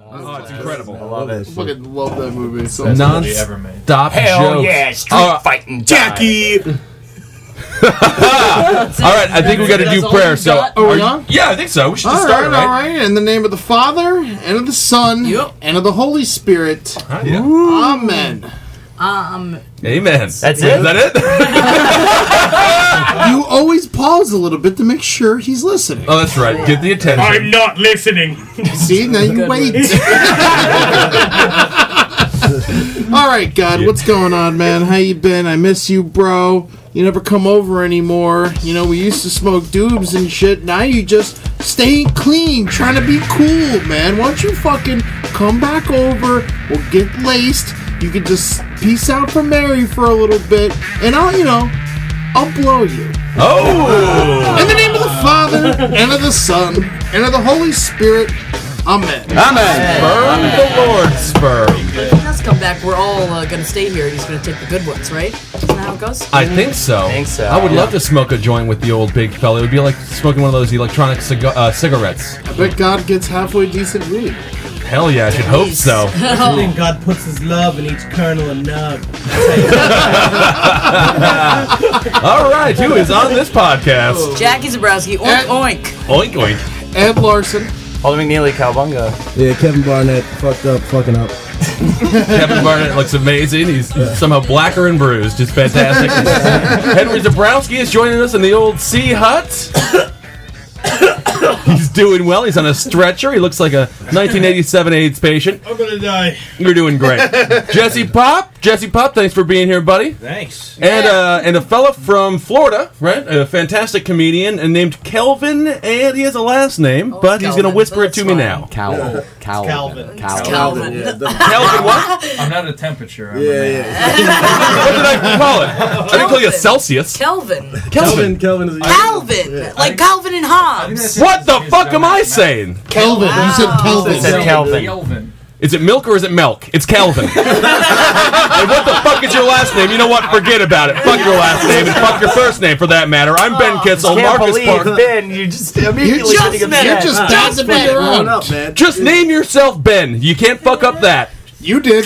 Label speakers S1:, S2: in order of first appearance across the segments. S1: Oh, it's incredible.
S2: I love it.
S3: Fucking love that movie. So much.
S1: movie ever
S4: Non
S1: made.
S4: stop
S5: Hell
S4: jokes.
S5: yeah, street
S4: All right,
S5: fighting. Jackie!
S4: all right, I think we got to
S2: That's
S4: do
S2: all
S4: prayer.
S2: you
S4: So,
S2: got?
S3: Are we
S4: are you-
S3: on?
S4: yeah, I think so. We should just
S3: Oh, All right,
S4: start it,
S3: all
S4: right?
S3: right. In the name of the Father and of the Son
S2: Yep.
S3: and of the Holy Spirit.
S4: Ah, yeah.
S3: Amen.
S2: Um,
S4: Amen.
S5: That's
S4: Is
S5: it?
S4: that it?
S3: You always pause a little bit to make sure he's listening.
S4: oh, that's right. Get the attention.
S5: I'm not listening.
S3: See, now you
S2: Good
S3: wait. All right, God, what's going on, man? How you been? I miss you, bro. You never come over anymore. You know, we used to smoke doobs and shit. Now you just stay clean, trying to be cool, man. Why don't you fucking come back over? We'll get laced. You can just peace out from Mary for a little bit, and I'll, you know, I'll blow you.
S4: Oh,
S3: In the name of the Father, and of the Son, and of the Holy Spirit. Amen.
S4: burn the Lord's sperm.
S2: when he does come back, we're all uh, gonna stay here, and he's gonna take the good ones, right? Isn't that how it goes?
S4: I think so. I
S5: think so.
S4: I would love to smoke a joint with the old big fella. It would be like smoking one of those electronic cig- uh, cigarettes.
S3: I bet God gets halfway decent weed.
S4: Hell yeah, I should hope so.
S6: Then God puts his love in each kernel and nub.
S4: All right, who is on this podcast?
S2: Jackie Zabrowski, oink oink.
S4: Oink oink.
S3: Ed Larson.
S5: Holding McNeely, Cowabunga.
S7: Yeah, Kevin Barnett fucked up, fucking up.
S4: Kevin Barnett looks amazing. He's, he's somehow blacker and bruised. Just fantastic. Henry Zabrowski is joining us in the old sea hut. He's doing well. He's on a stretcher. He looks like a 1987 AIDS patient.
S6: I'm gonna die.
S4: You're doing great. Jesse Pop. Jesse Pop, thanks for being here, buddy.
S6: Thanks.
S4: And uh, and a fella from Florida, right? A fantastic comedian and named Kelvin, and he has a last name,
S2: Oh,
S4: but he's going to
S2: Kelvin,
S4: whisper it
S2: that's
S4: to me
S2: fine.
S4: now.
S8: Cowl. Cowl.
S6: Calvin.
S8: Cowl.
S2: Calvin.
S7: Yeah, definitely.
S4: Kelvin, what?
S1: I'm not a temperature. I'm
S7: yeah,
S1: a man.
S7: yeah.
S4: What did I call it? I didn't call you a Celsius.
S2: Kelvin.
S4: Kelvin.
S7: Kelvin, Kelvin is a
S2: Calvin. Like Calvin and Hobbes.
S4: What the fuck am I saying?
S3: Kelvin. You said Kelvin.
S5: Said Calvin.
S1: Kelvin.
S4: Is it milk or is it milk? It's Calvin. and what the fuck is your last name? You know what? Forget about it. Fuck your last name and fuck your first name for that matter. I'm Ben Kissel,
S5: Oh, Can't
S4: Marcus
S5: believe
S4: Park.
S5: Ben. You just immediately
S2: just
S5: getting
S2: met
S5: upset.
S2: him.
S3: You're just dancing for your
S7: Grown
S3: own.
S7: up, man.
S4: Just name yourself Ben. You can't fuck up that.
S3: You did.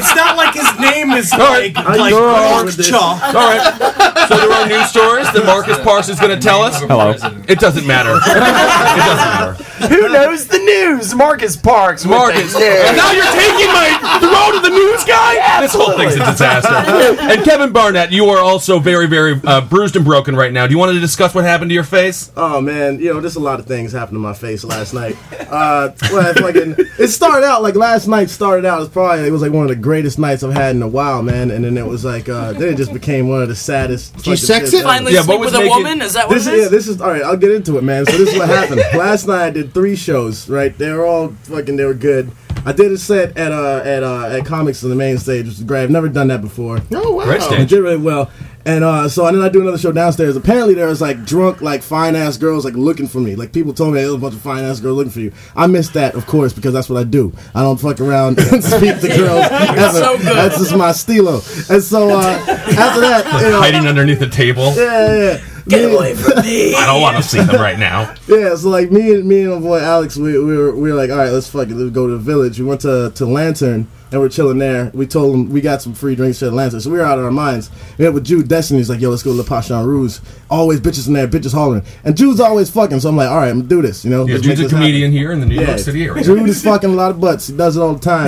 S6: It's not like his name is
S4: All right.
S6: like like
S7: you're
S6: Mark
S7: on with this.
S6: Chaw.
S4: All right. So there are news stories that Marcus Parks is going to tell us.
S1: Hello.
S4: It doesn't matter. It doesn't matter.
S5: Who knows the news? Marcus Parks. with
S4: Marcus.
S5: the news.
S4: And now you're taking my throne to the news guy? This whole thing's a disaster. And Kevin Barnett, you are also very, very uh, bruised and broken right now. Do you want to discuss what happened to your face?
S7: Oh man, you know, just a lot of things happened to my face last night. Uh, well, fucking, it started out like last night started out as probably it was like one of the greatest nights I've had in a while, man. And then it was like uh, then it just became one of the saddest. fucking
S3: sex it?
S7: shits ever.
S2: Finally
S4: Yeah, what
S2: sleep
S4: was
S2: with a
S4: making-
S2: woman? Is that what
S7: This
S2: it
S7: is,
S2: is?
S7: yeah, this is all right. I'll get into it, man. So this is what happened. Last night I did three shows. Right, they were all fucking. They were good. I did a set at uh at uh at Comics on the Main Stage, which is great. I've never done that before.
S3: Oh, wow.
S4: Great
S7: I
S4: stage.
S7: did really well. And uh, so and then I do another show downstairs. Apparently there was like drunk, like fine ass girls like looking for me. Like people told me there was a bunch of fine ass girls looking for you. I missed that, of course, because that's what I do. I don't fuck around and speak to girls ever.
S2: so good.
S7: That's just my stilo. And so uh, after that, you know,
S4: Hiding underneath the table.
S7: yeah, yeah.
S2: Get
S7: Me-
S2: away from me.
S4: I don't want to see them right now.
S7: Yeah, so like me and me and my boy Alex, we, we were we were like, all right, let's fuck it, let's go to the village. We went to to Lantern and we're chilling there. We told him we got some free drinks at Lantern, so we were out of our minds. We had with Jude Destiny. He's like, yo, let's go to La Passion Rouge. Always bitches in there, bitches hollering, and Jude's always fucking. So I'm like, all right, I'm gonna do this, you know.
S4: Yeah,
S7: Let's make
S4: Jude's a
S7: this happen.
S4: comedian here in the New York City area.
S7: Jude is fucking a lot of butts. He does it all the time.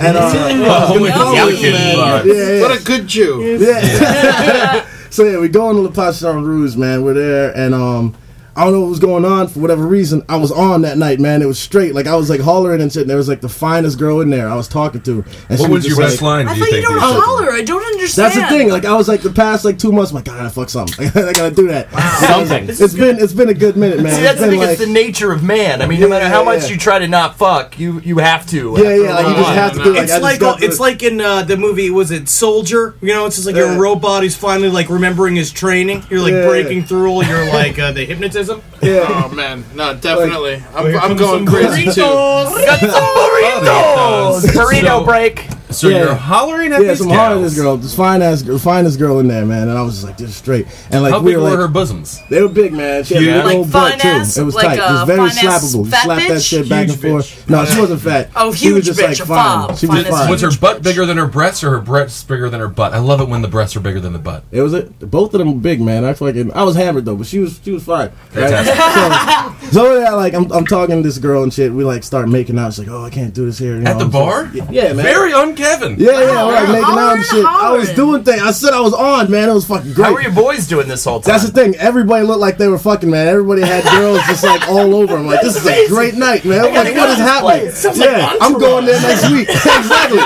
S7: And uh,
S4: Oh, it's
S2: Yeah,
S4: Yelkin
S3: man.
S4: vibes.
S7: yeah, yeah.
S3: What a good Jew.
S7: Yeah. so yeah, we go into La Passion Rouge, man. We're there, and um, I don't know what was going on for whatever reason. I was on that night, man. It was straight, like I was like hollering and shit. And there was like the finest girl in there I was talking to. And
S4: What was your
S7: just,
S4: best
S7: like-
S4: line?
S2: I
S4: do
S2: thought you
S4: think
S2: don't
S4: that you said?
S2: holler. I don't understand.
S7: That's the thing. Like I was like the past like two months. I'm like God, I gotta fuck something. I gotta do that.
S5: Something.
S7: It's been it's been a good minute, man.
S5: See, that's
S7: it's
S5: the
S7: been
S5: thing. It's the nature of man. I mean, no
S7: Yeah,
S5: matter
S7: yeah,
S5: how much
S7: yeah.
S5: you try to not fuck, you you have to.
S7: yeah, yeah. Like you just have to do. it. Like, I
S6: It's
S7: just
S6: like
S7: got to-
S6: it's like in uh, the movie. Was it Soldier? You know, it's just like you're
S7: Yeah.
S6: a robot who's finally like remembering his training. You're like
S7: Yeah.
S6: breaking through all your like uh, the hypnotism.
S7: yeah.
S3: Oh, man. No, definitely. I'm,
S6: here
S3: I'm
S6: comes
S3: going
S6: some
S3: crazy, too.
S5: Got some burritos.
S4: So-
S5: Oh, Burrito break.
S4: So
S7: Yeah.
S4: you're hollering at
S7: Yeah,
S4: these
S7: some
S4: gals.
S7: hard this girl, this fine ass, girl, finest girl in there, man. And I was just like, this is straight. And like,
S4: How
S7: we
S4: big
S7: were
S4: were
S7: like,
S4: her bosoms?
S7: They were big, man. She had
S4: Huge.
S7: a big
S2: Like
S7: old butt too.
S2: fine-ass-
S7: It was
S2: like uh,
S7: tight. It
S2: a
S7: was very
S2: fine-ass
S7: slappable. You
S2: fat
S7: slapped that
S2: bitch?
S7: shit back
S6: Huge
S7: and forth. No, she wasn't fat.
S2: Oh,
S7: She
S2: huge
S7: was just
S2: bitch,
S7: like
S2: a
S7: fine.
S2: fob.
S7: She was
S2: Fine as
S7: fine.
S4: Was her
S2: huge
S4: butt
S2: bitch.
S4: bigger than her breasts, or her breasts bigger than her butt? I love it when the breasts are bigger than the butt.
S7: It was a, both of them were big, man. I fucking I was hammered though, but she was she was fine. Right? so, so yeah, like I'm, I'm talking to this girl and shit. We like start making out. She's like, oh, I can't do this here. You know,
S4: At the
S7: I'm so-
S4: bar?
S7: yeah, man.
S4: Very un-Kevin.
S7: yeah, yeah, we're like making out
S2: Hollering,
S7: and shit. I was
S2: Oh, hollering.
S7: doing things. I said I was on, man. It was fucking great.
S5: How were your boys doing this whole time?
S7: That's the thing. Everybody looked like they were fucking, man. Everybody had girls just like all over. I'm like, this is a great night, man. I'm like,
S5: go
S7: what
S5: to this
S7: is happening?
S5: place. Sounds like
S7: Yeah, I'm going there next week. exactly.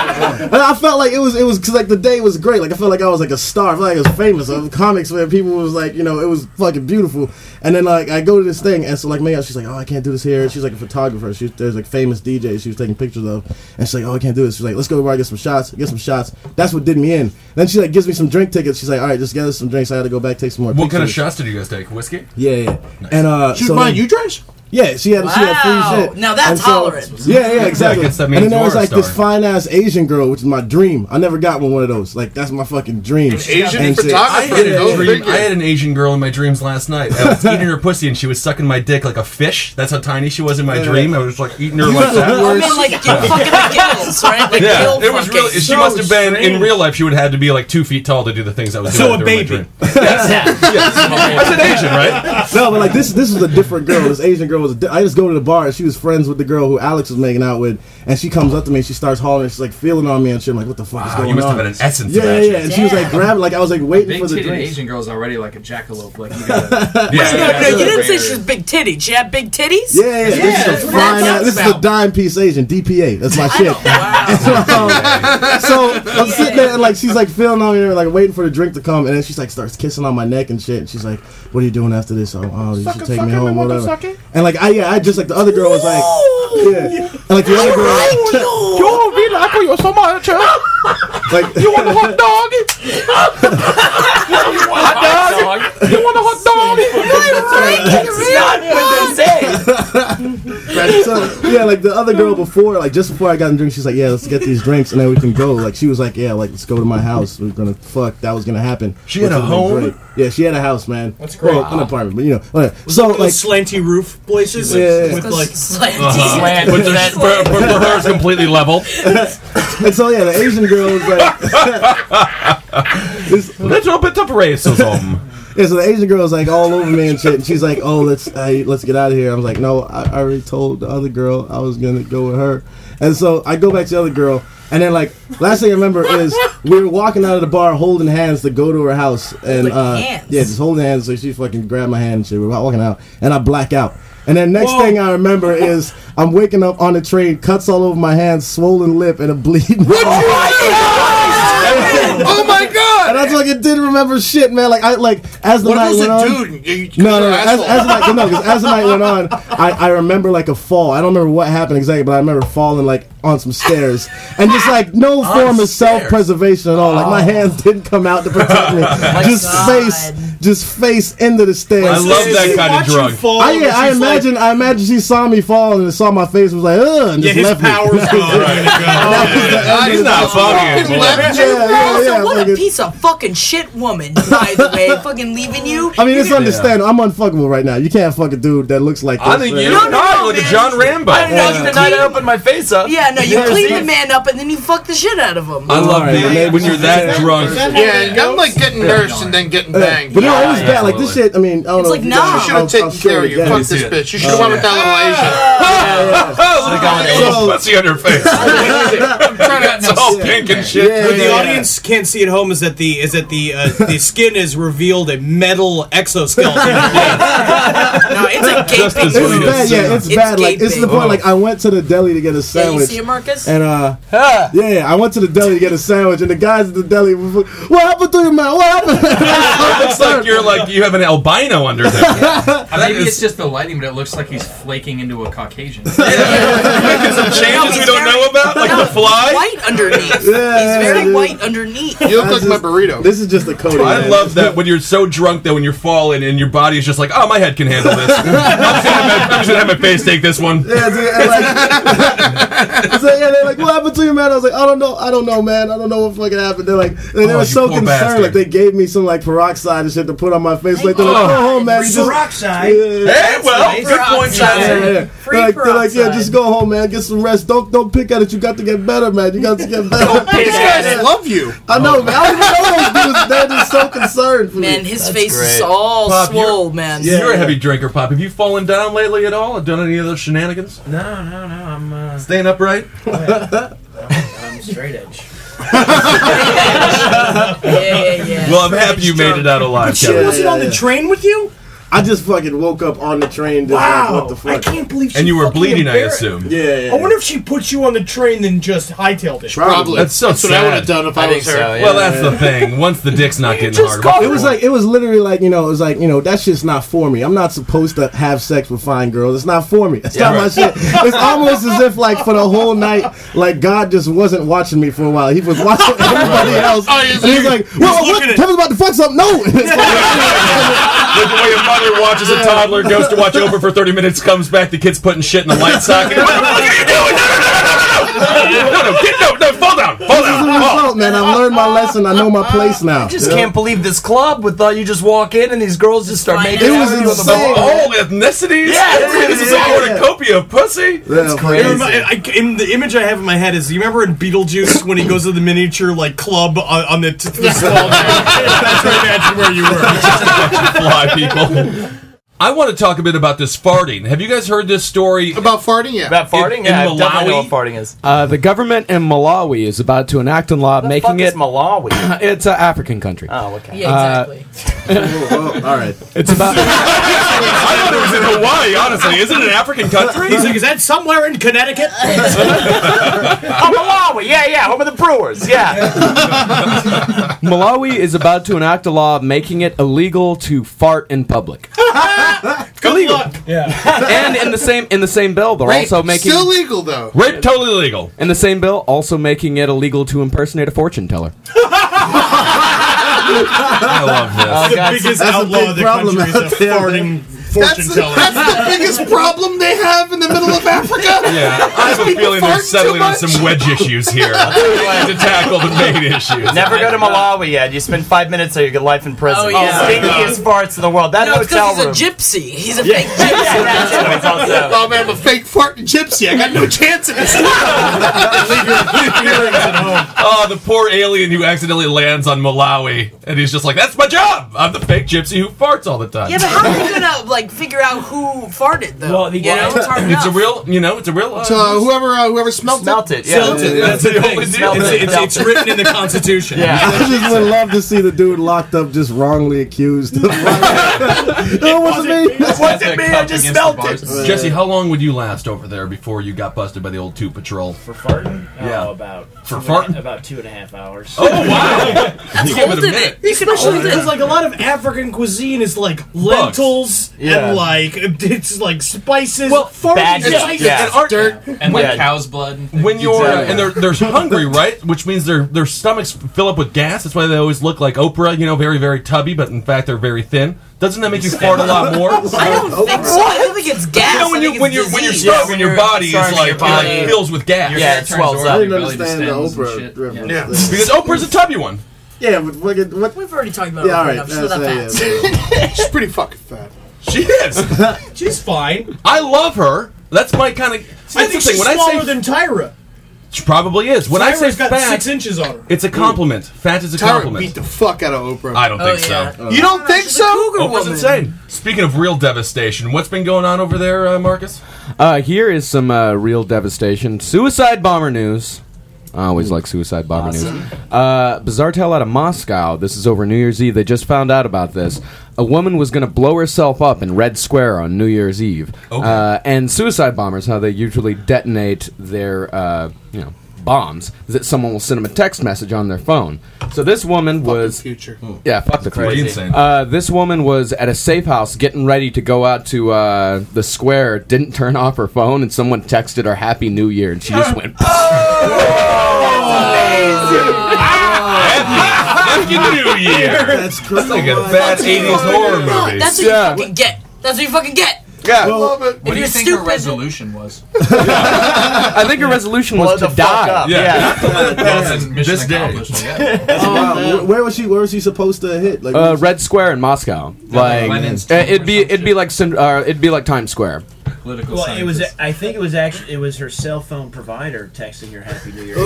S7: And I felt like it was, it was because like the day was great. Like I felt like I was like a star. I felt like I was famous. I was comics where people was like, you know, it was fucking beautiful. And then like I go to this thing, and so like maybe she's like, oh, I can't do this here. She's like a photographer. She there's like famous DJ. She was taking pictures of, and she's like, oh, I can't do this. She's like, let's go over there and get some shots. Get some shots. That's what did me in. Then she like gives me some drink tickets. She's like, all right, just get us some drinks. I got to go back take some more.
S4: What kind of
S7: pictures."
S4: shots did you guys take? Whiskey?
S7: Yeah, yeah. And uh,
S3: Shoot
S7: so
S3: mine, you drinks?
S7: yeah, she had she
S2: Wow.
S7: had free shit.
S2: Now that's
S7: And
S2: tolerance.
S7: Yeah, yeah, exactly.
S4: guess that
S7: and
S4: means
S7: then there
S4: you
S7: was
S4: are a
S7: like this
S4: star.
S7: fine ass Asian girl, which is my dream. I never got one one of those. Like that's my fucking dream.
S8: Asian
S7: And shit.
S4: I
S8: photographer.
S4: had,
S8: go
S4: a dream,
S8: figure.
S4: I had an Asian girl in my dreams last night. I was eating her pussy and she was sucking my dick like a fish. That's how tiny she was in my dream. I was like eating her like
S2: I
S4: that.
S2: mean, like, you fucking like gills, right? Like,
S4: Yeah,
S2: gill
S4: it was
S2: fucking.
S4: really. She must have been in real life. She would have had to be like two feet tall to do the things I was
S6: So
S4: doing.
S6: a
S4: during my
S6: baby.
S4: dream. That's an Asian, right?
S7: No, but like this this was a different girl. This Asian girl was. A di- I just go to the bar and she was friends with the girl who Alex was making out with, and she comes up to me and she starts hollering. She's like feeling on me and shit. I'm like, what the fuck is
S4: Wow,
S7: going
S4: you must
S7: on?
S4: have been an essence
S7: yeah,
S4: of
S7: yeah,
S4: that
S7: yeah. And she was like grabbing. Like I was like waiting
S1: Big
S7: for the
S1: titted
S7: drinks.
S1: Asian girl's already like a jackalope. Like you gotta,
S4: Yeah.
S2: No, no, you didn't say
S1: Rare.
S2: she was big titty. She had big titties?
S7: Yeah, yeah, yeah. This
S2: Yeah,
S7: is a
S2: that's what I'm
S7: fine. ass-
S2: talking
S7: This is a
S2: about.
S7: dime piece Asian DPA. That's my
S2: I
S7: shit.
S2: know. Wow.
S7: so I'm sitting there and like she's like feeling on me and like waiting for the drink to come and then she's like starts kissing on my neck and shit and she's like, What are you doing after this? Oh, oh you should take me home, whatever. And like I yeah, I just like the other girl was like Yeah. And like the other girl
S3: Yo, be like you so much.
S7: like
S3: want a hot dog? You want a hot
S7: so, yeah, like the other girl before, like just before I got the drink, she's like, Yeah, let's get these drinks and then we can go. Like she was like, Yeah, like let's go to my house. We're gonna fuck, that was gonna happen.
S4: She had
S7: Which
S4: a
S7: was, like,
S4: home?
S7: great. Yeah, she had a house, man. That's
S6: great.
S7: Well, an apartment, but you know. whatever. So
S6: Those
S7: like
S6: slanty roof places
S7: Yeah, yeah.
S6: with like
S2: Slanty.
S5: Slant.
S4: But there's- but- but for her, it's completely level.
S7: And so yeah, the Asian girl was like, This-
S4: Little bit of racism.
S7: yeah, so the Asian girl was like all over me and shit. And she's like, oh, let's I, let's get out of here. I was like, no, I, I already told the other girl I was gonna go with her. And so I go back to the other girl, and then like last thing I remember is we were walking out of the bar holding hands to go to her house, and
S2: Holding
S7: uh,
S2: hands?
S7: yeah, just holding hands. So she fucking grabbed my hand and shit. We're walking out, and I black out. And then next
S6: Whoa.
S7: thing I remember is I'm waking up on the train, cuts all over my hands, swollen lip, and a bleeding.
S8: oh my
S7: And
S8: god!
S7: I fucking didn't remember shit, man. Like I like as the
S8: What
S7: night
S8: was
S7: went on.
S8: it, dude? You- you-
S7: No, no,
S8: you're
S7: no.
S8: an
S7: As,
S8: asshole.
S7: as the night, no, 'cause as the night went on, I, I remember like a fall. I don't remember what happened exactly, but I remember falling like on some stairs, and just like no form of self preservation at all. Like my hands didn't come out to protect me. just
S2: God.
S7: face, just face into the stairs.
S4: I love
S6: Did
S4: that
S6: she
S4: kind of
S6: watch you
S4: drug.
S6: fall
S7: I,
S6: and
S7: yeah, I
S6: she's like,
S7: imagine, I imagine she saw me fall and saw my face was like, ugh, and
S6: yeah,
S7: just
S6: his
S7: left me.
S6: power's gone.
S4: He's not fucking
S8: Fucking
S4: anymore.
S8: left
S7: Yeah,
S8: you.
S7: yeah,
S2: Also,
S7: yeah.
S2: what
S7: fucking-
S2: a piece of fucking shit woman, by the way. fucking leaving you.
S7: I mean,
S2: You
S7: it's
S2: didn't-
S7: understandable. I'm unfuckable right now. You can't fuck a dude that looks like this.
S4: I think
S7: man.
S4: you
S2: No, no,
S4: died
S2: no,
S4: like a
S2: man.
S4: John Rambo.
S5: I didn't know the night I opened my face up.
S2: Yeah, no, you
S7: Yeah,
S2: clean
S7: see?
S2: the man up and then you fuck the shit out of him.
S4: I love
S7: Alright,
S4: being-
S7: and then-
S4: when you're that drunk.
S8: Yeah, and I'm like getting nursed and then getting banged.
S7: But no, it
S8: you
S7: was
S4: yeah,
S7: bad. Like this
S4: absolutely.
S7: shit. I mean, I don't
S2: It's
S7: know.
S2: like,
S7: if you
S2: nah.
S7: guys-
S2: You
S8: should
S7: I'll-
S8: have
S7: I'll
S8: taken
S7: show
S8: care of you.
S7: again.
S8: Fuck this
S4: Yeah.
S8: bitch. You should
S7: Oh,
S8: have went with that little
S7: Ah!
S8: Asian.
S4: Oh,
S7: So-
S4: look at her face. It's all pink and shit.
S7: Yeah,
S6: What
S7: yeah,
S6: the
S7: yeah.
S6: audience can't see at home is that the is that the uh, the skin is revealed a metal exoskeleton.
S2: No, it's a
S4: Just
S2: gaping
S4: as
S7: It's
S4: Yeah.
S2: wound.
S7: bad. Yeah, it's
S2: It's
S7: bad. Like it's to the
S2: gaping.
S7: point. Like I went to the deli to get a
S2: Yeah, you
S7: sandwich.
S2: see it, Marcus?
S7: And uh,
S5: Ah.
S7: yeah, yeah, I went to the deli to get a sandwich, and the guys at the deli, were like, what happened to you, man? What happened?
S4: It looks like you're like you have an albino under there.
S1: Maybe
S4: is-
S1: it's just the lighting, but it looks like he's flaking into a Caucasian.
S4: Making some changes we don't know about, like the fly.
S2: White underneath.
S7: Yeah,
S2: He's
S7: yeah,
S2: very
S7: dude.
S2: white underneath.
S8: You look
S7: That's
S8: like my
S7: just-
S8: burrito.
S7: This is just a coding.
S4: I
S7: man.
S4: love that when you're so drunk that when you're falling and your body is just like, oh, my head can handle this. I'm just gonna have my- I'm just gonna have my face take this one.
S7: Yeah, dude, and like, it's like, yeah, they're like, what happened to you, man? I was like, I don't know, I don't know, man. I don't know what fucking happened. They're like, and they
S4: Oh,
S7: were
S4: you
S7: so
S4: poor
S7: concerned.
S4: bastard.
S7: Like, they gave me some like peroxide and shit to put on my face. Like, they're like,
S4: Oh.
S7: go home, man. You just,
S9: Peroxide.
S7: Yeah, yeah, yeah.
S4: Hey, well, good point,
S7: Yeah,
S4: Chad.
S7: yeah, yeah.
S9: Free
S7: They're like, they're like, yeah,
S9: peroxide.
S7: just go home, man. Get some rest. Don't don't pick at it. You got to get better, man. You got to get better.
S8: These guys love you.
S7: I know, man. I don't even know those dudes. They're just so concerned for me.
S2: Man, his face is
S5: great.
S2: all
S4: Bob, you're-
S2: swole, man.
S4: You're a heavy drinker, Pop. Have you fallen down lately at all? Or done any of those shenanigans?
S9: No, no, no. I'm uh,
S4: Staying upright?
S9: I'm straight edge.
S2: Yeah, yeah, yeah.
S4: Well, I'm happy you made it out alive,
S6: She
S4: Kevin.
S6: wasn't
S7: yeah,
S6: on the
S7: yeah.
S6: train with you?
S7: I just fucking woke up on the train. Just
S6: Wow.
S7: like, what the fuck?
S6: I can't believe she
S4: And you were
S6: fucking
S4: bleeding, I
S6: embarrassed-
S4: assume.
S7: Yeah, yeah, yeah.
S6: I wonder if she put you on the train then just hightailed it.
S8: Probably.
S4: That's so
S8: That's what I
S4: sad.
S8: would have done if I,
S5: I think
S8: was her.
S5: so. Yeah.
S4: Well, that's the thing. Once the dick's not getting
S6: just
S4: hard,
S6: called
S7: It was like it was literally like you know it was like you know that's just not for me. I'm not supposed to have sex with fine girls. It's not for me. It's not my shit. It's almost as if like for the whole night, like God just wasn't watching me for a while. He was watching everybody else.
S8: Oh, he's-
S7: and he's like, "Well, what?
S6: looking at-
S7: Kevin's about to fuck something." No, It's like-
S4: Like the way a mother watches a toddler, goes to watch Oprah for 30 minutes, comes back, the kid's putting shit in the light socket. What the fuck are you doing? No, no, no, no, no, no, no, no, no, no, get, no, no, fall down, fall
S7: this is
S4: down.
S7: the
S4: fall.
S7: result, man. I've learned my lesson. I know my place now.
S5: I just can't believe this club with uh, you just walk in and these girls just start
S2: It
S5: making out
S7: was
S5: with the
S7: insane.
S5: ball.
S4: All ethnicities?
S5: Yeah,
S4: this is
S5: yeah,
S4: a cornucopia of pussy.
S7: That's
S6: It
S5: crazy.
S6: remi- I, in the image I have in my head is you remember in Beetlejuice when he goes to the miniature like club on, on the, t- the small train? That's right, imagine where you were.
S4: Fly people. I want to talk a bit about this farting. Have you guys heard this story?
S8: About farting, yeah.
S5: About farting?
S4: in
S5: yeah, I definitely know
S4: Malawi?
S5: what farting is.
S10: Uh, the government in Malawi is about to enact a law
S5: Fuck
S10: making
S5: is
S10: it.
S5: Malawi.
S10: it's an African country.
S5: oh, okay.
S2: yeah, exactly.
S7: uh, Well, all right.
S10: It's about.
S4: I thought it was in Hawaii, honestly. Is it an African country?
S6: He's like, is that somewhere in Connecticut?
S5: Oh, Malawi. Yeah, yeah. Home of the Brewers. Yeah.
S10: Malawi is about to enact a law making it illegal to fart in public.
S6: Good luck.
S10: And in the same in the same bill, they're also making
S8: Still legal though.
S4: Rape totally legal.
S10: in the same bill also making it illegal to impersonate a fortune teller.
S4: I love this.
S6: the biggest
S7: that's a
S6: outlaw
S7: big
S6: of the
S7: problem
S6: country is
S7: out
S6: a
S7: there,
S6: farting
S8: That's
S6: fortune
S8: the,
S6: teller.
S8: that's the biggest problem they have in the middle of Africa.
S4: Yeah, I have a
S8: people
S4: feeling they're
S8: fart too
S4: settling on
S8: much.
S4: some wedge issues here. They need to tackle the main issues.
S5: Never go to Malawi yet. You spend five minutes there, you get life in prison.
S2: Oh, yeah.
S5: Stinkiest farts in the world. That
S2: No, it's
S5: hotel
S2: because he's a
S5: room.
S2: gypsy. He's a
S5: yeah,
S2: fake gypsy.
S5: yeah, that's what it's also.
S8: Oh man, I'm a fake farting gypsy. I got no chance in this.
S4: Oh, the poor alien who accidentally lands on Malawi, and he's just like, "That's my job. I'm the fake gypsy who farts all the time."
S2: Yeah, but how are you gonna like figure out who farted though?
S9: Well, the-
S2: you know, it's hard
S4: it's
S2: enough.
S4: a real, you know, it's a real. Uh,
S8: So uh, whoever uh, whoever smelt,
S5: Smelt it. Yeah.
S6: Smelt it. That's the
S4: They
S6: thing.
S4: always do.
S6: Smelt it.
S4: It's-
S6: It's, it's written in the Constitution.
S5: Yeah.
S7: I just would love to see the dude locked up, just wrongly accused. of it wasn't me.
S5: Was it me? I just smelt it.
S4: Jesse, how long would you last over there before you got busted by the old two patrol?
S9: For farting?
S4: Yeah.
S9: Oh, about
S4: For
S9: two and a-
S4: farting?
S9: about two and a half hours.
S4: Oh wow! you gave
S2: Hold
S4: it a
S2: it.
S4: minute.
S2: You can
S6: Especially
S2: hold
S6: because
S2: it.
S6: like a lot of African cuisine is like lentils
S5: Yeah.
S6: and like it's like spices.
S4: Well,
S6: farting
S5: bad
S6: is
S5: shit.
S6: like-
S5: Yeah.
S4: And aren't-
S5: like,
S9: And like
S5: Yeah.
S9: cow's blood.
S4: when you're
S5: Exactly.
S4: and they're they're hungry, right? Which means their their stomachs fill up with gas. That's why they always look like Oprah, you know, very very tubby, but in fact they're very thin. Doesn't that make you fart a lot more?
S2: I don't think so. I don't think it's gas.
S4: You know when
S2: I think
S4: you
S2: it's
S4: when you when you're
S2: disease.
S4: starving, your body is
S5: starving
S4: like,
S5: your
S4: it, like,
S5: body.
S4: fills with gas.
S5: Yeah. it swells up.
S7: I didn't understand the uh, Oprah reference.
S8: Yeah.
S7: Yeah,
S4: Because Oprah's a tubby one.
S7: but fucking what?
S2: We've already talked about
S7: Yeah, all
S2: it
S7: right.
S2: enough. Shut up,
S7: that's-
S2: Pat.
S7: yeah, yeah.
S8: she's pretty fucking fat.
S4: She is.
S6: she's fine.
S4: I love her. That's my kind of.
S6: I think she's
S4: When I
S6: smaller
S4: say
S6: than Tyra.
S4: she probably is. When I
S6: Tyra's
S4: say
S6: got
S4: fat,
S6: six inches on her.
S4: it's a compliment. Fat is a
S8: Tyra beat
S4: compliment.
S8: the fuck out of Oprah.
S4: I don't
S2: Oh
S4: think
S2: yeah.
S4: so.
S8: you don't think
S2: She's a
S8: so?
S2: cougar
S4: Oprah's
S2: woman.
S4: insane. Speaking of real devastation, what's been going on over there, uh, Marcus?
S10: Uh, here is some uh, real devastation. Suicide bomber news. I always like suicide bomber news. Uh, bizarre tale out of Moscow. This is over New Year's Eve. They just found out about this. A woman was going to blow herself up in Red Square on New Year's Eve.
S4: Okay.
S10: Uh, and suicide bombers, how they usually detonate their, uh, you know, bombs is that someone will send them a text message on their phone. So this woman was
S3: future.
S10: Yeah, fuck the
S4: Pretty
S10: crazy.
S4: insane.
S10: Uh, this woman was at a safe house getting ready to go out to uh, the square. Didn't turn off her phone, and someone texted her "Happy New Year," and she just went.
S2: Oh.
S4: Happy New Year!
S7: That's crazy.
S4: That's like a bad 80s horror movie.
S2: That's what
S10: Yeah.
S2: you fucking get. That's what you fucking get.
S10: Yeah,
S2: If
S1: What do
S2: you're
S1: you think her
S2: stupid,
S1: resolution was?
S10: I think her resolution
S5: Blow
S10: was
S5: the
S10: to
S5: fuck
S10: die.
S5: up.
S10: Yeah.
S1: That's mission
S4: This day.
S1: accomplished, I guess.
S7: Where- Where was she? Where was she supposed to hit? Like
S10: Uh, Red Square in Moscow. Like
S1: Lenin's
S10: uh, it'd be
S1: tomb or some shit.
S10: it'd be like Cin- uh, it'd be like Times Square.
S1: Political
S9: Well, it was.
S1: scientist.
S9: I think it was actually it was her cell phone provider texting her Happy New Year. it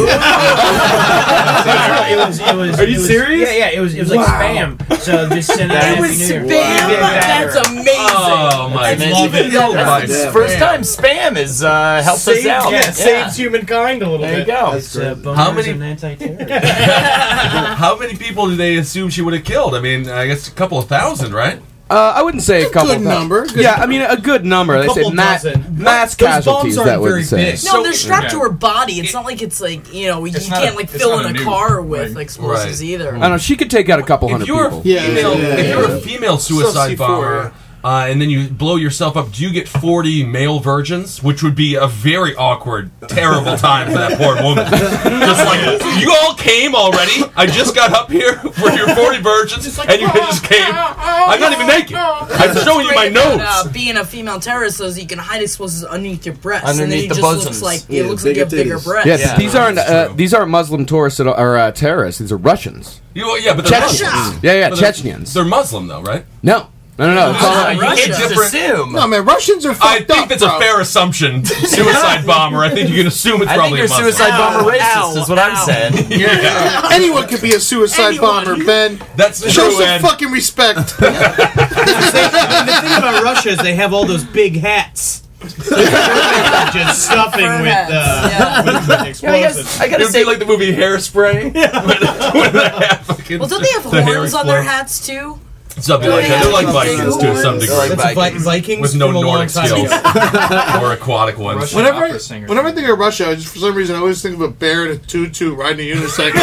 S9: was. It was. Are you serious? Yeah, yeah. It was. It was like spam. So just send out
S2: It
S9: Happy
S2: was
S9: New Year.
S2: spam.
S9: Even better.
S2: That's amazing.
S4: Oh my
S5: Love it.
S4: god.
S5: First time spam has uh, helped us out.
S9: yeah, yeah.
S5: saves humankind a little
S9: There you go.
S7: That's
S9: It's, uh,
S4: How
S9: boners
S4: many-
S9: and anti-terrorism.
S4: How many people do they assume she would have killed? I mean, I guess a couple of thousand, right?
S10: Uh, I wouldn't say a couple.
S3: good
S10: thou-
S3: number. Good
S10: yeah, I mean a good number. they say
S6: couple
S10: ma-
S6: dozen.
S10: mass
S6: Those
S10: casualties.
S6: bombs aren't
S10: That would
S6: very
S10: say.
S6: big.
S2: No,
S6: So-
S2: they're strapped
S1: Yeah.
S2: to her body. It's not like it's like you know you
S1: It's not
S2: can't
S1: a-
S2: like
S1: it's
S2: fill
S1: not
S2: in
S1: a
S2: a
S1: nuke,
S2: car
S1: right?
S2: with explosives
S4: Right.
S10: I
S2: either.
S10: don't know. She could take out a couple hundred
S4: If you're a
S10: people.
S3: Yeah,
S4: female,
S3: yeah,
S4: if
S3: yeah.
S4: you're a female suicide bomber, uh, and then you blow yourself up, do you get 40 male virgins? Which would be a very awkward, terrible time for that poor woman. just like you all came already. I just got up here for your 40 virgins, and you just came. I'm not even naked. I'm showing you my
S2: Great about, uh,
S4: nose.
S2: being a female terrorist is you can hide explosives underneath your breast, and then
S5: Underneath
S2: it
S5: the
S2: just
S5: bosoms.
S2: looks like
S7: Yeah,
S2: it looks like you
S7: bigger
S2: have bigger
S7: titties.
S2: breasts.
S10: Yeah,
S5: Yeah.
S10: these aren't uh, these aren't Muslim tourists at all- or uh, terrorists. These are Russians,
S4: You, yeah, but they're Muslims.
S3: Mm.
S10: Chechens. Yeah, yeah,
S4: But they're-
S10: Chechens.
S4: They're Muslim though, right?
S10: No, no, no, no. It's
S5: Uh,
S10: all,
S2: Not Russia.
S5: bit.
S4: It's different.
S5: Assume.
S3: No man, Russians are
S4: I
S3: fucked
S4: think
S3: up,
S4: that's a
S3: bro.
S4: fair assumption. Suicide bomber. I think you can assume it's
S5: I think
S4: probably
S5: you're
S4: a Muslim.
S5: suicide bomber racist,
S2: ow,
S5: is what I'm
S2: ow.
S5: saying.
S3: Anyone could be a suicide
S2: Anyone.
S3: bomber, Ben.
S4: That's
S3: Show
S4: true.
S3: some
S4: Ed.
S3: fucking respect.
S6: And the thing about Russia is they have all those big hats. just stuffing
S2: Fur
S6: with, uh,
S2: hats, yeah.
S6: with, with
S5: I,
S6: explosives.
S5: guess, I gotta
S4: It would be
S5: say,
S4: like the movie Hairspray.
S2: Well, don't they have horns on their hats too?
S4: Something like that. They're like Vikings to some
S5: They're like
S4: degree,
S6: That's Vi-
S5: Vikings.
S6: Vikings
S4: with no
S6: from a long
S4: Nordic
S6: time
S4: skills
S6: ago.
S4: or aquatic ones.
S1: Russian
S3: Whenever I,
S1: opera singer.
S3: whenever I think of Russia, I just for some reason I always think of a bear in a tutu riding a unicycle.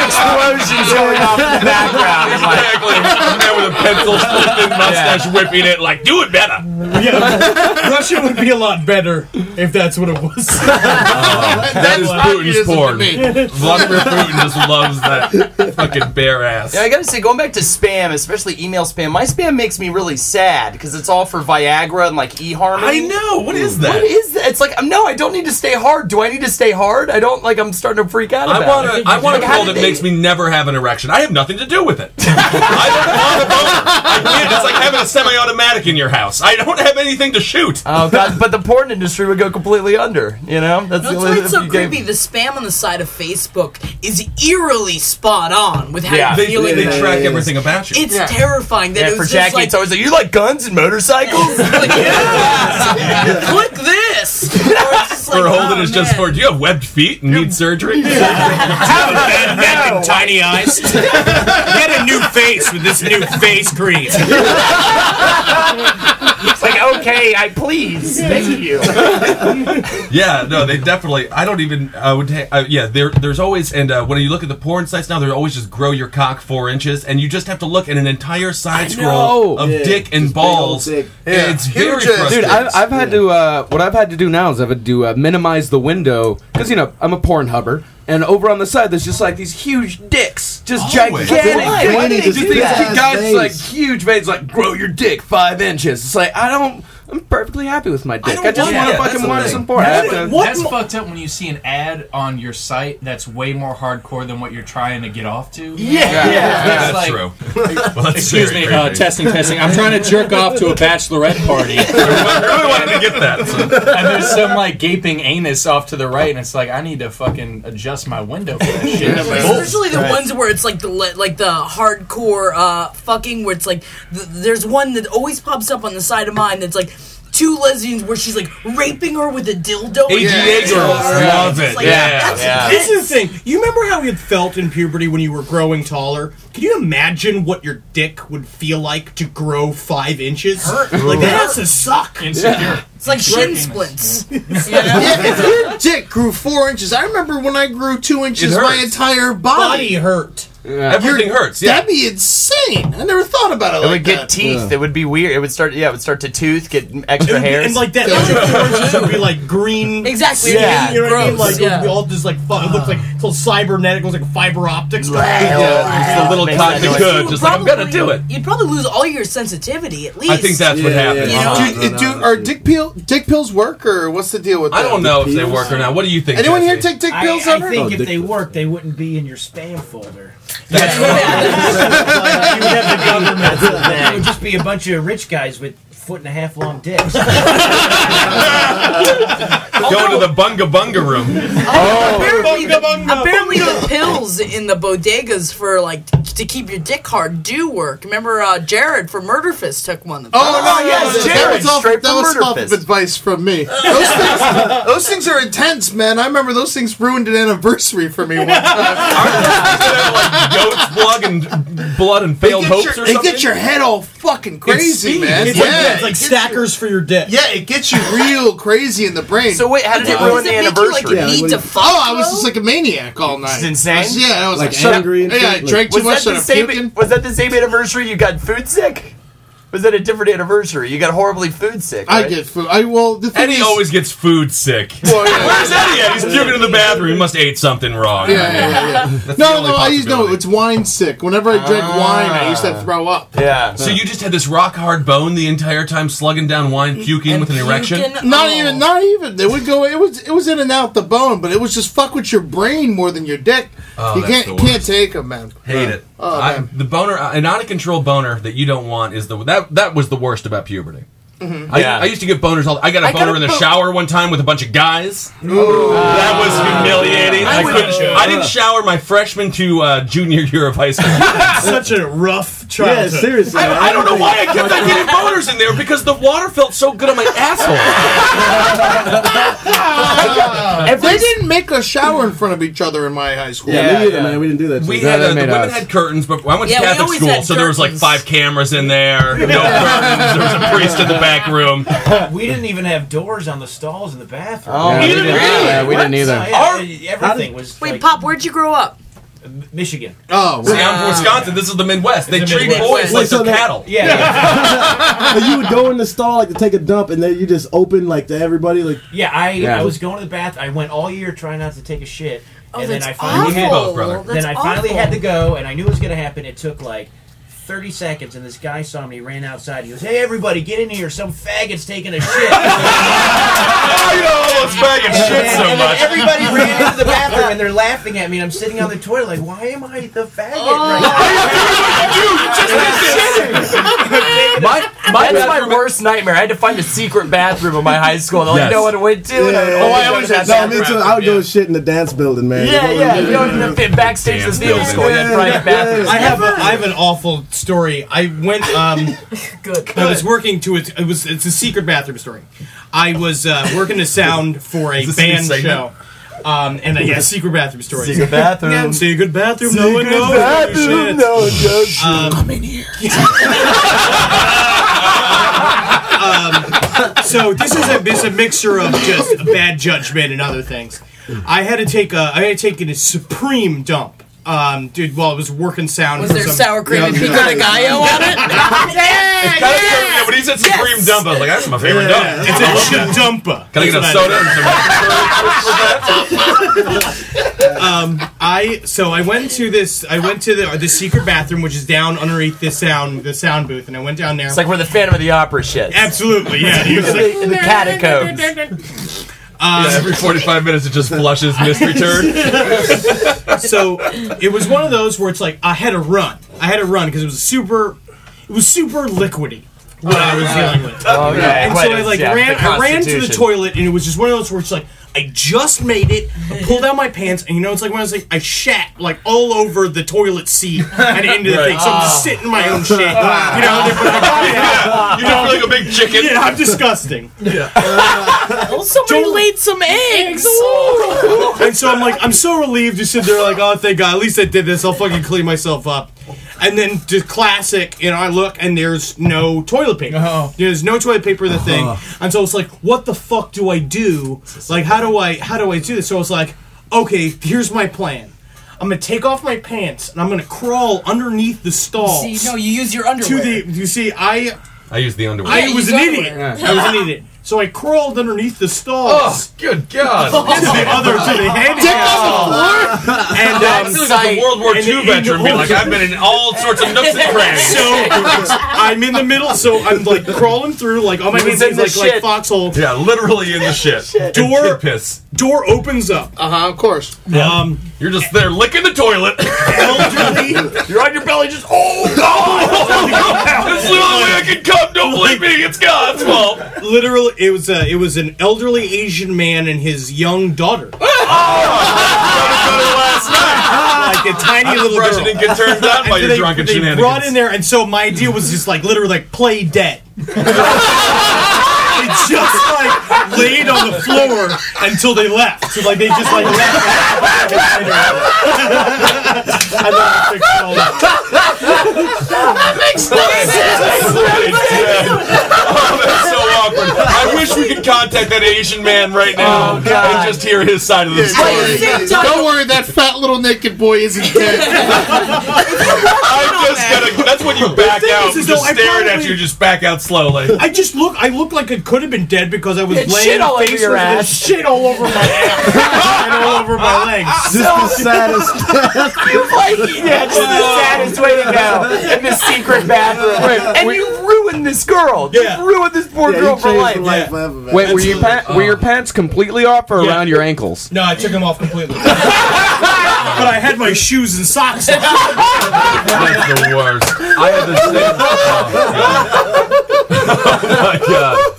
S5: explosions going off in the background. Like,
S4: Exactly. And then with a pencil slipping mustache whipping it, like do it better.
S6: Yeah, Russia would be a lot better if that's what it was.
S4: That is Putin's
S3: Communism to
S4: porn.
S3: me.
S4: Vladimir Putin just loves that fucking bare ass.
S5: Yeah, I gotta say, going back to spam, especially email spam, my spam makes me really sad because it's all for Viagra and like eHarmony.
S4: I know. What is that?
S5: What is that? It's like I'm- no, I don't need to stay hard. Do I need to stay hard? I don't like. I'm starting to freak out about
S4: I want
S5: it.
S4: a, I want a
S5: Like, how
S4: pill
S5: did
S4: that
S5: they-
S4: makes me never have an erection. I have nothing to do with it. I don't want a boner. I can't. It's like having a semi-automatic in your house. I don't have anything to shoot.
S5: Oh god! But the porn industry would go completely under. You know, that's
S2: That's why it's so
S5: you gave-
S2: creepy. The spam on the side of Facebook is eerily spot on with how
S5: Yeah.
S2: you're
S4: They,
S2: feeling.
S4: they
S2: about it.
S4: track everything about you.
S2: It's terrifying that
S5: Yeah,
S2: it
S5: for
S2: was
S5: Jackie,
S2: just like,
S5: it's always like you like guns and motorcycles.
S2: like, yes! click this. Or it's just like,
S4: Or holding
S2: oh,
S4: is just
S2: man.
S4: for. Do you have webbed feet and need surgery?
S6: neck and tiny eyes. Get a new face with this new face cream.
S5: it's like okay, I please, thank you.
S4: yeah, no, they definitely. I don't even. I would. ha- Uh, yeah, there, there's always. And uh, when you look at the porn sites now, they're always just grow your cock four inches, and you just have to look at an entire side
S10: know.
S4: scroll of
S7: Yeah,
S4: dick and
S7: just big old
S4: balls.
S7: dick.
S4: And It's
S3: Huge
S4: very
S3: ass. Dude,
S10: Dude,
S4: frustrating.
S10: I've, I've had to. Uh, what I've had to do now is I've had to do, uh, minimize the window because you know I'm a porn hubber, and over on the side there's just like these huge dicks, just
S4: Always.
S10: gigantic.
S7: Why?
S10: dicks.
S7: Why do they
S10: Just
S7: do
S10: these
S7: that?
S10: two guys
S7: Veins.
S10: like huge veins, like grow your dick five inches. It's like I don't. I'm perfectly happy with my dick.
S4: don't
S10: I, just
S4: want-
S10: want to
S4: yeah, that's
S10: fucking
S4: the
S10: watch
S4: thing.
S10: some porn. I have to-
S6: What?
S1: that's fucked up when you see an ad on your site that's way more hardcore than what you're trying to get off to.
S5: Yeah.
S4: Yeah, that's
S1: like-
S4: true. Well, that's
S11: Excuse
S4: very
S11: me, uh,
S4: creepy.
S11: testing, testing. I'm trying to jerk off to a bachelorette party,
S4: I really wanted to get that. so-
S11: and there's some like gaping anus off to the right, and it's like I need to fucking adjust my window for that shit.
S2: Especially the ones where it's like the le- like the hardcore uh, fucking where it's like th- there's one that always pops up on the side of mine that's like two lesbians where she's like raping her with a dildo.
S4: AGA girls love
S2: It's
S4: it.
S2: like,
S4: yeah.
S2: that's
S5: yeah.
S6: This is the thing. You remember how it felt in puberty when you were growing taller? Can you imagine what your dick would feel like to grow five inches? Like that has to suck.
S2: Insecure. It's like shin
S6: splints.
S3: yeah, if your dick grew four inches, I remember when I grew two inches, my
S4: hurts.
S3: entire body,
S4: Body
S6: hurt.
S4: Everything hurts. Yeah.
S3: That'd be insane. I never thought about it.
S5: It
S3: like
S5: would get
S3: that.
S5: teeth. It would be weird. It would start. Yeah, it would start to tooth, get
S6: It
S5: extra
S6: would be-
S5: hairs.
S6: and like that, like, the oranges would be like green.
S2: Exactly,
S5: yeah,
S6: you know what I mean?
S5: gross,
S6: Like it would be
S5: yeah.
S6: all just like fu- it looks like it's all cybernetic. It was like fiber optics.
S4: Yeah, it's the little Makes that cock that noise. could, just like, I'm gonna do it.
S2: You'd probably lose all your sensitivity at least.
S4: happened. yeah. Uh-huh.
S3: Do, do, are dick pill dick pills work or what's the deal with?
S4: I
S3: that?
S4: don't know if they work or not. What do you think?
S3: Anyone here
S4: Jesse?
S3: take dick
S9: I-
S3: pills
S9: I,
S3: ever?
S9: think
S3: Oh,
S9: if
S3: dick
S9: they worked, they wouldn't be in your spam folder. It would just be a bunch of rich guys with foot and a half long dicks.
S4: Go to the bunga bunga room.
S2: Apparently, the, apparently the pills in the bodegas for like t- to keep your dick hard do work. Remember uh, Jared from Murder Fist took one. Of
S3: Oh, no, yes, that was all, that was off of advice from me. Those things, those things are intense, man. I remember those things ruined an anniversary for me one time.
S4: Goat's blood and blood and failed
S3: They get
S4: hopes
S3: your-
S4: or
S3: they
S4: something.
S3: get your head all fucking crazy,
S4: speed.
S3: man.
S4: It's
S3: yeah,
S4: like-
S6: it's like stackers for your dick.
S3: Yeah, it gets you real crazy in the brain.
S5: So wait, how did it
S3: Yeah.
S5: ruin the anniversary?
S3: Oh, I was just like a maniac all night.
S5: It's insane.
S3: I was- yeah, I was like,
S5: angry and
S3: Yeah, I drank too much.
S5: Was that
S3: Started
S5: the same?
S3: puking.
S5: Was that the same anniversary you got food sick? Was that a different anniversary? You got horribly food sick.
S3: I
S5: right?
S3: get food. I well, the thing
S4: Eddie
S3: is,
S4: always gets food sick.
S3: Well, yeah.
S4: Where's Eddie at? He's puking in the bathroom. He must have ate something wrong.
S3: Yeah, yeah, yeah, yeah.
S4: That's the
S3: no,
S4: only
S3: no, I used no. It's wine sick. Whenever I drank wine, I used to
S4: Ah.
S3: throw up.
S5: Yeah.
S4: So you just had this rock hard bone the entire time, slugging down wine, puking with an erection.
S2: Oh.
S3: Not even, not even. It would go. It was, it was in and out the bone, but it was just fuck with your brain more than your dick.
S4: Oh,
S3: you
S4: that's
S3: can't,
S4: the
S3: you
S4: worst.
S3: can't take them, man.
S4: Hate it.
S3: Oh,
S4: I-
S3: man.
S4: the boner, an out of control boner that you don't want is the that that was the worst about puberty.
S3: Mm-hmm.
S4: I, I used to get boners all. I got a
S11: I got
S4: boner
S11: a
S4: in the
S11: bo-
S4: shower one time with a bunch of guys. that was humiliating.
S6: I
S4: I,
S6: would-
S4: couldn't. I didn't shower my freshman to uh, junior year of high school.
S6: Such a rough childhood.
S4: Yeah, seriously. I, I don't know why I kept on getting boners in there because the water felt so good on my asshole.
S3: they didn't make us shower in front of each other in my high school.
S7: Yeah, me either, man. We didn't do that.
S4: We
S7: shit.
S4: had uh, the women had curtains, but I went to
S3: Yeah, we
S4: Catholic
S3: always
S4: school,
S3: had
S4: so there was like five cameras in there. No curtains. There was a priest in the back room.
S9: we didn't even have doors on the stalls in the bathroom.
S10: Oh, Yeah, we we didn't didn't. either. Yeah, we didn't either.
S9: Yeah, yeah, everything was
S2: Wait,
S9: like
S2: Pop, where'd you grow up?
S9: Michigan.
S3: Oh,
S4: See, I'm from Wisconsin. This is the Midwest. They
S9: Uh, It's the
S4: treat
S9: Midwest.
S4: boys
S9: Wait,
S4: like
S9: so
S4: they're cattle.
S9: that-
S7: But you would go in the stall like to take a dump, and then you just open like to everybody like.
S9: Yeah, I
S7: Yeah.
S9: I was going to the bath. I went all year trying not to take a shit,
S2: Oh,
S9: and then
S2: that's
S9: I finally
S2: awful.
S9: had
S2: Both, brother.
S9: then I
S2: That's
S9: finally
S2: awful.
S9: had to go, and I knew it was going to happen. It took like. 30 seconds and this guy saw me he ran outside he goes hey everybody get in here some faggot's taking a shit
S4: oh you know all those faggot shit so
S9: and
S4: much.
S9: then everybody ran into the bathroom and they're laughing at me and I'm sitting on the toilet like why am I the faggot right
S4: Oh.
S5: my my that's my worst nightmare. I had to find a secret bathroom in my high school. They're like,
S7: Yes.
S5: no one would do it.
S7: Yeah,
S5: Oh, I always had
S7: no,
S5: that.
S7: me too. I would go shit in the dance building, man.
S5: Yeah,
S7: You
S5: yeah.
S7: know,
S5: You know, in the- in backstage of the theater school, you had private bathrooms.
S6: I have a, I have an awful story. I went um good. I was working to it was it's a secret bathroom story. I was uh, working a sound for a
S11: Is this a new
S6: band
S11: segment?
S6: show. Um, and uh, yeah, secret bathroom story.
S11: Secret bathroom.
S6: Yeah, secret bathroom. no one
S11: Secret
S6: knows.
S11: bathroom, no one
S6: knows. Um, Come in here. um, so this is a this is a mixture of just bad judgment and other things. I had to take a I had to take a supreme dump. Um, dude, while I was working sound.
S2: Was
S6: for
S2: there
S6: some-
S2: sour cream and pico de gallo on it? yeah,
S4: yeah, but he said Supreme Dump. I was like, that's my favorite
S6: Yeah,
S4: dump.
S6: it's a Chidumpa.
S4: Can I get a
S6: That's
S4: soda
S6: what
S4: and some
S6: um, I so I went to this. I went to the the secret bathroom, which is down underneath the sound the sound booth, and I went down there.
S5: It's like where the Phantom of the Opera shit.
S6: Absolutely, yeah. He was like-
S5: in the catacombs.
S4: Yeah, every 45 minutes it just flushes mystery turd.
S6: so it was one of those where it's like I had to run. I had to run because it was super. It was super liquidy. What I was dealing with.
S11: Oh, yeah,
S6: And
S11: quite
S6: so I
S11: is,
S6: like
S11: yeah,
S6: ran.
S11: the
S6: I ran to the
S11: Constitution.
S6: toilet, and it was just one of those where it's like I just made it. I pulled out my pants, and you know it's like when I was like I shat like all over the toilet seat and into the
S11: Right.
S6: thing. So I'm just
S11: Ah.
S6: sitting in my own shit. You know,
S11: Ah.
S6: they're like, "Oh, yeah."
S11: You don't feel like a big chicken.
S6: Yeah, I'm disgusting.
S2: Oh, somebody laid some eggs.
S6: and so I'm like, I'm so relieved to sit there like, oh, thank God, at least I did this. I'll fucking clean myself up. And then the classic, you know, I look and there's no toilet paper. There's no toilet paper in the thing. And so it's like, what the fuck do I do? Like, how do I how do I do this? So it's like, okay, here's my plan. I'm gonna take off my pants and I'm gonna crawl underneath the stall.
S2: See, no, you use your underwear.
S6: To the, you see, I
S4: I used the underwear.
S6: I was an idiot. I was an idiot. So I crawled underneath the stalls.
S4: Oh, good God.
S6: to the other, to the handicap.
S4: Dick on
S6: floor? And,
S4: I
S6: um,
S4: feel like that's a World War
S6: and
S4: II
S6: in the
S4: veteran be like, I've been in all sorts of nooks and crannies.
S6: So I'm in the middle, so I'm like crawling through, like on my
S4: He's
S6: hands,
S4: in
S6: and
S4: the
S6: like, like
S4: shit.
S6: foxhole.
S4: Yeah, literally in the shit. And
S6: Door-
S4: kid piss.
S6: Door opens up. Uh huh. Of course. Um,
S4: You're just there licking the toilet.
S6: You're on your belly, just oh
S4: God! It's the only way I can come. Don't believe me. It's God's fault.
S6: Literally, it was a, it was an elderly Asian man and his young daughter. like a tiny
S4: I'm
S6: little
S4: surprised
S6: girl.
S4: you didn't get turned on
S6: And
S4: by
S6: so
S4: your
S6: they,
S4: drunken
S6: they
S4: shenanigans.
S6: brought in there, and so my idea was just like literally like play dead. they just like laid on the floor until they left. So like they just like left. I love the picture all that.
S4: Oh, that's so awkward. I wish we could contact that Asian man right
S6: Oh,
S4: now and just hear his side of the story.
S3: Don't worry, that fat little naked boy isn't dead.
S4: I'm just gonna. That's when you back
S6: thing
S4: out.
S6: is, is
S4: just
S6: though, I
S4: staring at
S6: probably-
S4: you. Just back out slowly.
S6: I just look. I look like it could have been dead because I was
S4: It's
S6: laying
S4: shit all over
S6: face
S4: your
S6: with this
S4: ass.
S6: shit all over my ass and all over my legs.
S5: This is the saddest. yeah, just the saddest way to go in this secret bathroom. and you ruined this girl. You ruined this poor girl for life.
S10: Wait, were your, pa- were your pants completely off or around your ankles?
S6: No, I took them off completely. but I had my shoes and socks. on.
S4: That's the worst. I had the same. Oh my god.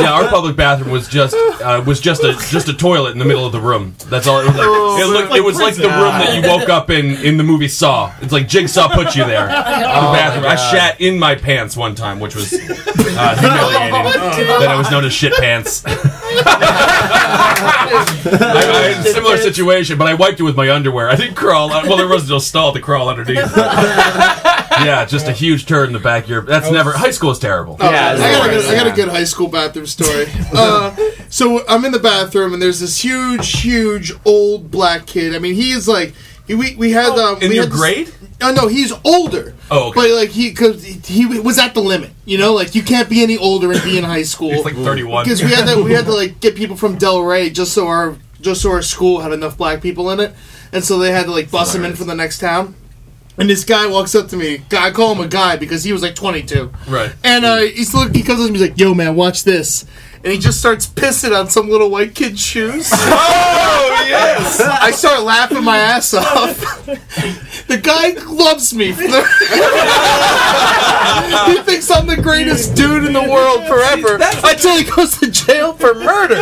S4: Yeah, our public bathroom was just uh, was just a just a toilet in the middle of the room. That's all. It was like,
S11: Oh,
S4: it, looked, it was like the room that you woke up in in the movie Saw. It's like Jigsaw put you there.
S11: Oh,
S4: the bathroom.
S11: my
S4: I
S11: God.
S4: shat in my pants one time, which was uh, humiliating.
S11: Oh,
S4: then I was known as shit pants. I, I had a similar situation, but I wiped it with my underwear. I didn't crawl. Out. Well, there was no stall to crawl underneath. yeah, just a huge turd in the back of your. That's never. High school is terrible.
S3: Oh, I, got a good, I got a good high school bathroom story. Uh, so I'm in the bathroom and there's this huge, huge old black kid. I mean, he is like he- we we had um,
S4: in
S3: we
S4: your
S3: had this-
S4: grade?
S3: Oh no, he's older.
S4: Oh, okay.
S3: but like he because he was at the limit. You know, like you can't be any older and be in high school.
S4: He's like 31.
S3: Because we had to we had to like get people from Del Rey just so our just so our school had enough black people in it, and so they had to like bus him in from the next town. And this guy walks up to me. I call him a guy because he was like 22.
S4: Right.
S3: And uh, he's look, he comes up to me, he's like, "Yo, man, watch this." And he just starts pissing on some little white kid's shoes.
S4: Oh yes!
S3: I start laughing my ass off. The guy loves me. for the- he thinks I'm the greatest dude in the world forever until he goes to jail for murder.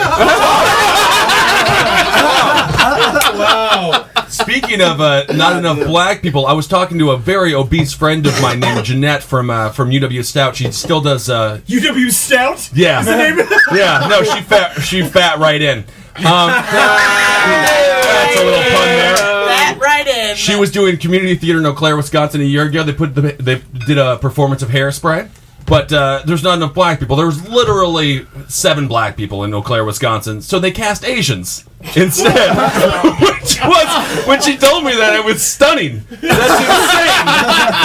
S4: wow. Speaking of uh, not enough black people, I was talking to a very obese friend of mine named Jeanette from uh, from UW Stout. She still does. Uh,
S6: UW Stout.
S4: yeah,
S6: Is the name of-
S4: yeah. No, she fat. She fat right in. Um, that's a little pun there. Um,
S2: That right in.
S4: She was doing community theater in Eau Claire, Wisconsin, a year ago. They put the, they did a performance of Hairspray, but uh, there's not enough black people. There was literally seven black people in Eau Claire, Wisconsin, so they cast Asians instead. which was when she told me that it was stunning. That's insane.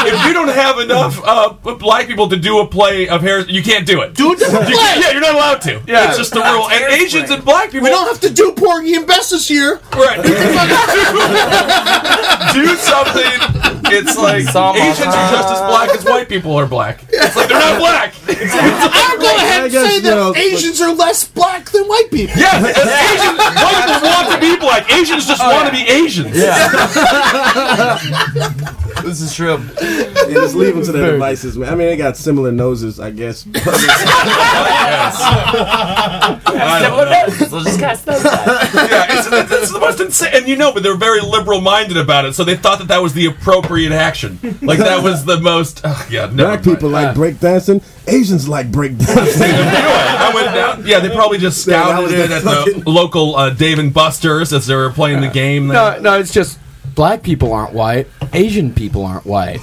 S4: if you don't have enough uh, black people to do a play of hair, you can't do it. Do it. yeah, you're not allowed to.
S3: Yeah.
S4: it's just the rule. And Asians and black people.
S3: We don't have to do Porgy and Bess this year.
S4: Right. do something. It's like Asians are just as black as white people are black. It's like they're not black.
S3: I'll go ahead and say that Asians are less black than white people.
S4: Yeah, Asians, white people want to be black. Asians just
S7: Oh,
S4: want to be Asians.
S5: this is true.
S7: Yeah, just leave them to their devices, man. I mean, they got similar noses, I guess.
S4: Oh,
S5: We'll just cast those.
S4: yeah, it's, it's, the most insane. And you know, but they're very liberal minded about it, so they thought that that was the appropriate action. Like that was the most. Oh, yeah, no.
S7: Black people like breakdancing. Asians like breakdancing.
S4: I went down. Yeah, they probably just
S7: Yeah, that
S4: scouted
S7: was the
S4: it at the local uh, Dave and Buster's as they were playing the game.
S10: No, no, it's just black people aren't white, Asian people aren't white.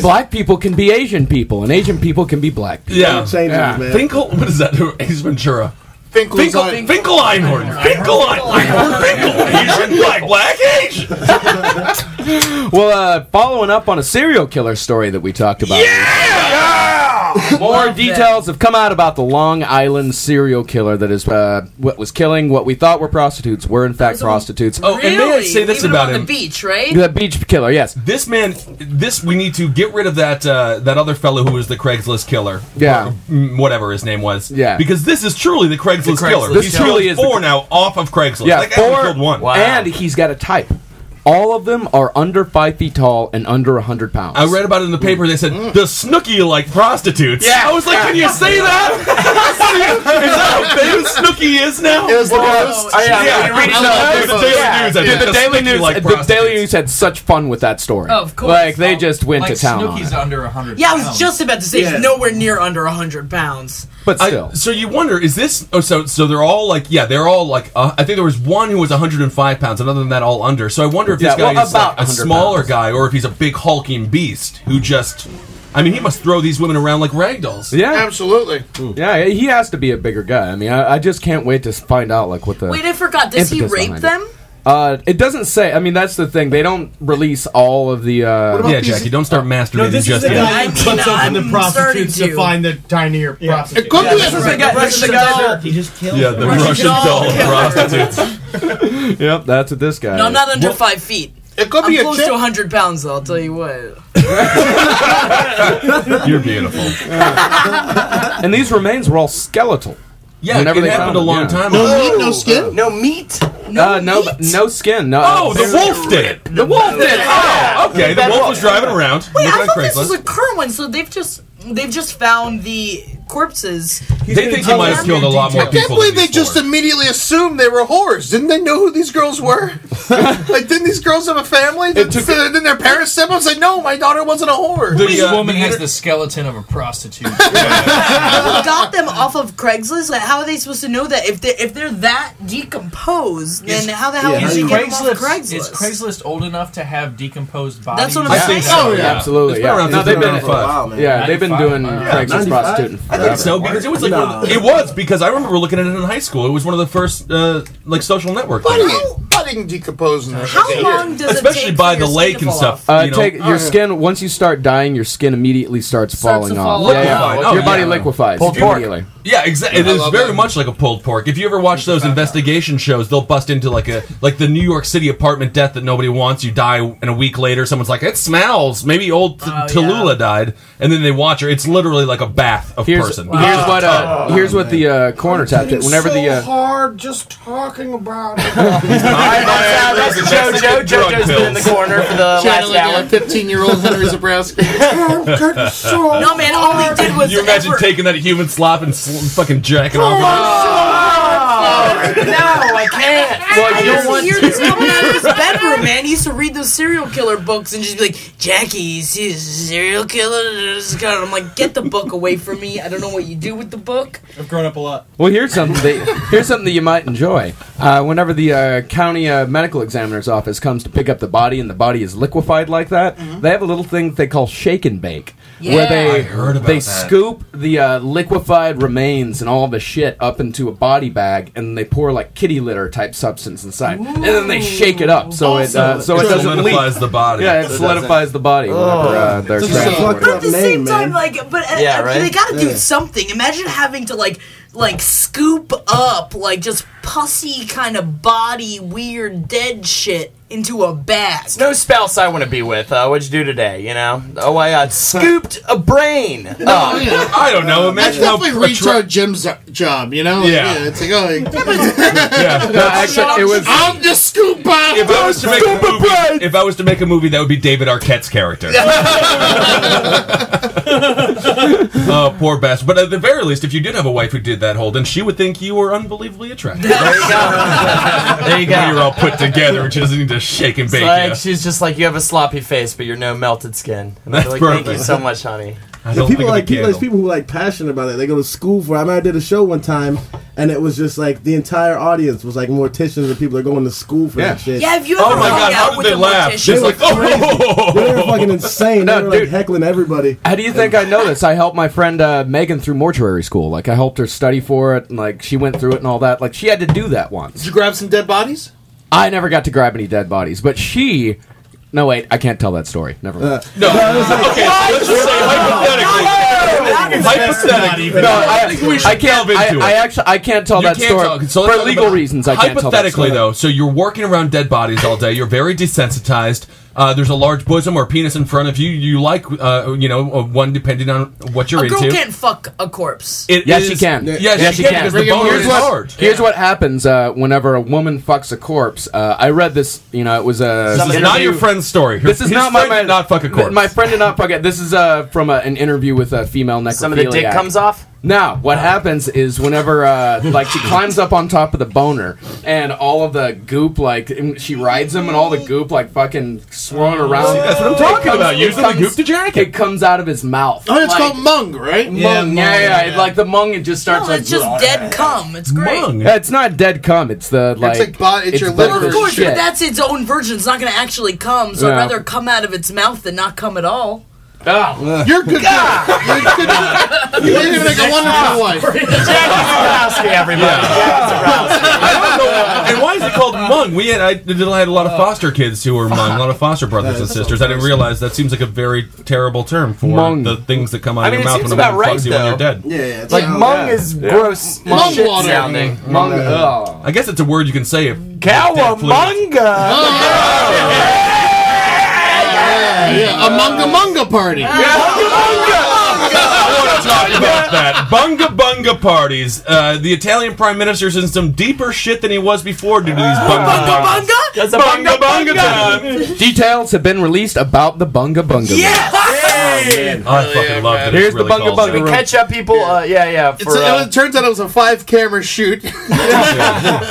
S10: black people can be Asian people, and Asian people can be black people.
S4: Yeah. Finkel, what is that? Ace Ventura. Finkel, Finkel, Finkel Einhorn. Finkel Einhorn. Finkel. Asian, black, black, Asian.
S10: Well, uh, following up on a serial killer story that we talked about. More details have come out about the Long Island serial killer that is uh, what was killing what we thought were prostitutes were in fact prostitutes.
S4: Oh, and may I say this
S2: Leaving
S4: about
S2: on
S4: him?
S2: the beach, right?
S10: The beach killer, yes.
S4: This man, this we need to get rid of that uh, that other fellow who was the Craigslist killer.
S10: Yeah.
S4: Or, mm, whatever his name was.
S10: Yeah.
S4: because this is truly the Craigslist,
S10: The Craigslist
S4: killer.
S10: This
S4: He's
S10: truly
S4: killed
S10: is the-
S4: four now off of Craigslist.
S10: Yeah,
S4: That guy
S10: four,
S4: killed one.
S10: and he's got a type. All of them are under five feet tall and under hundred pounds.
S4: I read about it in the paper. They said the Snooky like prostitutes.
S10: Mm. Yeah.
S4: I was like, can you say that? is that how famous Snooky is now?
S10: It was the
S2: Oh,
S4: most.
S5: Oh,
S4: Yeah,
S10: Yeah,
S4: I read it in the Daily News. I think.
S10: the Daily
S4: Snooki
S10: News.
S4: like
S10: the Daily News had such fun with that story.
S2: Of course.
S10: like they just went
S1: like
S10: to town on
S1: Snooki's
S10: it.
S1: under hundred.
S2: Yeah, I was just about to say
S4: Yeah.
S2: he's nowhere near under 100 pounds.
S10: But
S4: still. so you wonder, is this? Oh, so so they're all like, yeah, they're all like. Uh, I think there was one who was 105 pounds, and other than that, all under. So I wonder if this
S10: Yeah,
S4: guy
S10: well,
S4: is like,
S10: about
S4: a
S10: 100
S4: smaller guy, or if he's a big hulking beast who just. I mean, he must throw these women around like rag dolls.
S10: Yeah,
S3: absolutely.
S10: Yeah, he has to be a bigger guy. I mean, I, I just can't wait to find out like what the.
S2: Wait, I forgot. Does he
S10: impetus
S2: rape
S10: behind it.
S2: them?
S10: Uh, it doesn't say. I mean, that's the thing. They don't release all of the. Uh,
S4: Yeah, Jackie, don't start masturbating
S6: No, this is
S10: just
S6: the
S10: yet.
S6: guy who clips open the prostitutes to find the tinier prostitute.
S10: It could be
S6: that's
S10: this is
S6: right.
S10: the guy- this is the guy
S6: doll.
S10: that-
S9: He just killed
S4: Yeah, the Russian, doll of prostitutes.
S10: yep, that's what
S4: Uh,
S10: this guy.
S2: No,
S10: is.
S2: not under 5 feet. It
S3: could
S2: I'm
S3: be a
S2: close
S3: chick.
S2: to 100 pounds, though, I'll tell you what.
S4: You're beautiful.
S10: and these remains were all skeletal.
S4: Yeah,
S10: Whenever
S4: it
S10: they
S4: happened
S10: found
S4: a long
S10: them, yeah.
S4: time ago.
S3: Oh, skin?
S5: No meat?
S10: uh, no, but no skin. No.
S4: Oh, the wolf did it. The wolf did it. Oh, okay. The wolf was driving around.
S2: Wait,
S4: looking
S2: I
S4: at
S2: thought this was
S4: Craigslist.
S2: a current one, so they've just they've just found the corpses.
S4: They think he might have killed a lot more
S8: I can't
S4: people.
S8: believe
S4: than
S8: they
S4: these
S8: just
S4: four.
S8: immediately assumed they were whores. Didn't they know who these girls were? like, didn't these girls have a family? Didn't, didn't their parents step up and say, "No, my daughter wasn't a whore."
S1: This woman has the skeleton of a prostitute.
S2: Who got them off of Craigslist? Like, how are they supposed to know that if they if they're that decomposed? Then how the hell
S1: is
S2: did they get them off
S1: Craigslist,
S2: of Craigslist?
S1: Is Craigslist old enough to have decomposed bodies?
S2: That's what I'm I think saying. Oh,
S10: so, yeah. Absolutely,
S4: It's been
S10: Oh, yeah.
S4: around
S10: No,
S4: since
S10: they've been
S4: 95.
S10: around for a while, man. Yeah, they've been
S4: 95,
S10: doing
S4: yeah.
S10: Craigslist 95? prostituting
S4: I think so
S10: forever.
S4: because it was like one of the- it was because I remember looking at it in high school. It was one of the first uh, like social network. things.
S8: Budding decomposing.
S2: How long does it
S4: Especially
S2: take
S4: by
S2: for
S4: the
S2: your
S4: lake
S2: skin
S4: and
S2: to
S4: stuff.
S10: Uh,
S4: you know?
S10: take your skin. Once you start dying, your skin immediately starts, falling
S2: to
S10: off.
S2: fall
S10: Yeah, yeah.
S4: off. Oh,
S10: your body
S4: yeah.
S10: liquefies
S4: Pulled pork.
S10: immediately.
S4: Yeah, exactly. It is very much like a pulled pork. If you ever watch those investigation shows, they'll bust into like a like the New York City apartment death that nobody wants. You die, and a week later, someone's like, "It smells." Maybe old T- Tallulah died, and then they watch her. It's literally like a bath of
S10: Here's,
S4: person. Oh.
S10: here's what uh, here's what the uh, coroner tapped it. Whenever the uh,
S8: hard just talking about it.
S5: That's JoJo. JoJo's been in the corner for the last hour.
S3: fifteen-year-old Henry Zabrowski.
S2: No man, all he did was
S4: you imagine
S2: ever-
S4: taking that human slop and sl- fucking jacking off.
S5: No, I can't.
S2: I used to hear this coming out of his bedroom, man. He used to read those serial killer books and just be like, Jackie, you see this serial killer? And I'm like, get the book away from me. I don't know what you do with the book.
S6: I've grown up a lot.
S10: well, here's something that, here's something that you might enjoy. Uh, whenever the uh, county uh, medical examiner's office comes to pick up the body and the body is liquefied like that, they have a little thing that they call shake and bake, where
S2: Yeah.
S10: they
S4: I heard about
S10: they
S4: that.
S10: scoop the uh, liquefied remains and all the shit up into a body bag, and they pour like kitty litter type substance inside, and then they shake it up so it uh, so it doesn't leak.
S4: solidifies the body.
S10: Yeah, it solidifies the body whenever uh, they're
S7: This is a
S10: transported.
S7: fucked
S2: But at
S7: up
S2: the same
S7: name,
S2: time,
S7: man.
S2: like, but uh,
S5: Yeah,
S2: uh,
S5: right?
S2: they gotta do
S7: Yeah.
S2: something. Imagine having to like, like scoop up like just pussy kind of body, weird dead shit into a bag.
S5: It's no spouse I want to be with. Uh, what'd you do today? You know? Oh, I uh, scooped a brain. Oh,
S4: I don't know.
S3: That's
S4: Imagine how
S3: definitely
S4: attra-
S3: retard Jim's job, you know? Like,
S4: Yeah.
S3: it's like, oh, like,
S4: yeah.
S10: No, actually, it was
S3: I'm the scooper!
S4: If I, was to make a movie, if I was to make a movie, that would be David Arquette's character. oh, poor bastard. But at the very least, if you did have a wife who did that, Holden, she would think you were unbelievably attractive.
S5: there you go. There you
S4: When
S5: go.
S4: you're all put together and she doesn't need to shake and
S5: It's
S4: bake
S5: like
S4: you.
S5: she's just like you have a sloppy face, but you're no melted skin. And they're
S4: That's
S5: like, Thank you
S4: perfect.
S5: so much, honey.
S4: I
S7: Yeah,
S4: don't
S7: people
S4: think
S7: like
S4: I can
S7: people, there's people who are like passionate about it. They go to school for. it. I remember I did a show one time, and it was just like the entire audience was like morticians, and people are going to school for that shit.
S2: Yeah, have you
S4: Oh
S2: ever hung out with a mortician?
S7: They were crazy. they were fucking insane. They were like heckling everybody.
S10: How do you think I know this? I helped my friend uh, Megan through mortuary school. Like I helped her study for it, and like she went through it and all that. Like she had to do that once. Did you grab some dead bodies? I never got to grab any dead bodies, but she. No wait, I can't tell that story. Never mind.
S4: No. okay, let's just say hypothetically. hypothetically.
S10: No, Uh, I, I can't. I, I actually I can't tell
S4: You
S10: that
S4: can't
S10: story
S4: tell- so let's
S10: for
S4: talk
S10: legal
S4: about-
S10: reasons. I can't tell that
S4: Hypothetically,
S10: story.
S4: though, so you're working around dead bodies all day. You're very desensitized. Uh, there's a large bosom or penis in front of you. You like, uh, you know, uh, one depending on what you're
S2: A girl
S4: into.
S2: can't fuck a corpse.
S4: It
S10: yes,
S4: is-
S10: she can.
S4: Yes, she can, because the bone
S10: here's
S4: is
S10: what,
S4: large.
S10: Here's what happens uh, whenever a woman fucks a corpse. Uh, I read this. You know, it was a.
S4: This is not your friend's story.
S10: This is
S4: His
S10: not my
S4: friend
S10: my-
S4: did not fuck a corpse.
S10: My friend did not fuck it. This is uh, from a, an interview with a female necrophiliac.
S5: Some of the dick comes off?
S10: Now, what happens is whenever uh, like she climbs up on top of the boner, and all of the goop like and she rides him, and all the goop like fucking swirling around.
S4: See, that's what I'm
S10: It
S4: talking about.
S10: it
S4: Using the goop to jack
S10: It comes out of his mouth.
S3: Oh, it's
S10: Like-
S3: called mung, right?
S10: Mung, yeah, yeah, yeah. It, like the mung, it just starts
S2: No,
S10: like
S2: it's just dead cum. It's great.
S10: Yeah, it's not dead cum. It's the like.
S8: like bo- it's your
S10: the-
S8: liver
S10: the
S2: Of course,
S10: shit.
S2: but that's its own version. It's not going to actually come, so
S10: Yeah.
S2: I'd rather come out of its mouth than not come at all.
S3: You're good. You're good. You live like a wonderful life.
S4: and why is it called Hmong? We had I did I had a lot of foster kids who were Hmong, a lot of foster brothers and sisters. I didn't realize that seems like a very terrible term for
S10: Hmong.
S4: the things that come out
S5: I
S4: of
S5: mean,
S4: your
S5: it
S4: mouth
S5: seems
S4: when a woman
S5: about right,
S4: fucks you when
S5: though.
S4: you're dead.
S7: Yeah, yeah. it's
S5: Like
S7: like-
S5: mung is gross
S3: Mung
S5: shit
S3: water.
S5: sounding.
S10: Mung, ugh.
S4: I guess it's a word you can say. If
S5: Cowabunga!
S3: Yeah, yeah. A munga munga party.
S4: I want to talk about that bunga bunga parties. Uh, the Italian prime minister's in some deeper shit than he was before due to these bunga
S2: Bunga
S4: bunga
S2: bunga?
S5: That's a
S4: bunga bunga time.
S10: Details have been released about the bunga bunga.
S5: Yeah!
S4: I fucking love that.
S10: Here's
S4: it's really
S10: the bunga
S4: called
S10: bunga
S4: that.
S10: room.
S5: Catch up, people. Uh, yeah, yeah. For,
S8: It's a-
S5: uh,
S8: it turns out it was a five camera shoot.
S4: The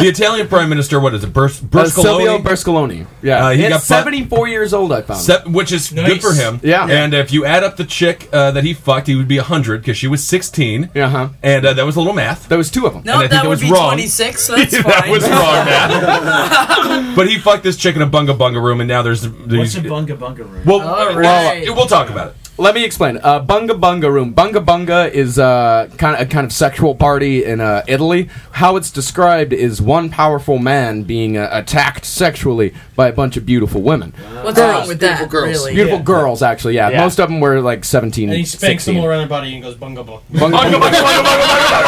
S4: Italian prime minister, what is it, Bers-
S10: Uh, Silvio
S4: Berscoloni?
S10: Berscoloni. Yeah,
S4: Uh, he
S10: he's
S4: got bu-
S10: 74 years old. I found.
S4: Se- which is good for him.
S10: Yeah.
S4: And if you add up the chick uh, that he fucked, he would be 100 because she was 16.
S10: Yeah, huh.
S4: And uh, that was a little math.
S10: There was two of them.
S4: And I
S2: No,
S4: think
S2: that
S4: it
S2: would
S4: was
S2: be
S4: wrong.
S2: 26, so that's fine.
S4: that was wrong math. but he fucked this chick in a bunga bunga room, and now there's
S9: What's
S4: these.
S9: a bunga bunga room?
S4: Well,
S2: All
S4: well,
S2: right.
S4: we'll talk about it.
S10: Let me explain. Uh, bunga bunga room. Bunga bunga is uh, kind of a kind of sexual party in uh, Italy. How it's described is one powerful man being uh, attacked sexually by a bunch of beautiful women,
S2: What's wrong with that? Really?
S10: beautiful girls. Actually, yeah.
S5: Yeah.
S10: most of them were like 17,
S6: And he spanks them
S10: 16.
S6: all around the body and goes bunga bunga.
S10: Bunga bunga.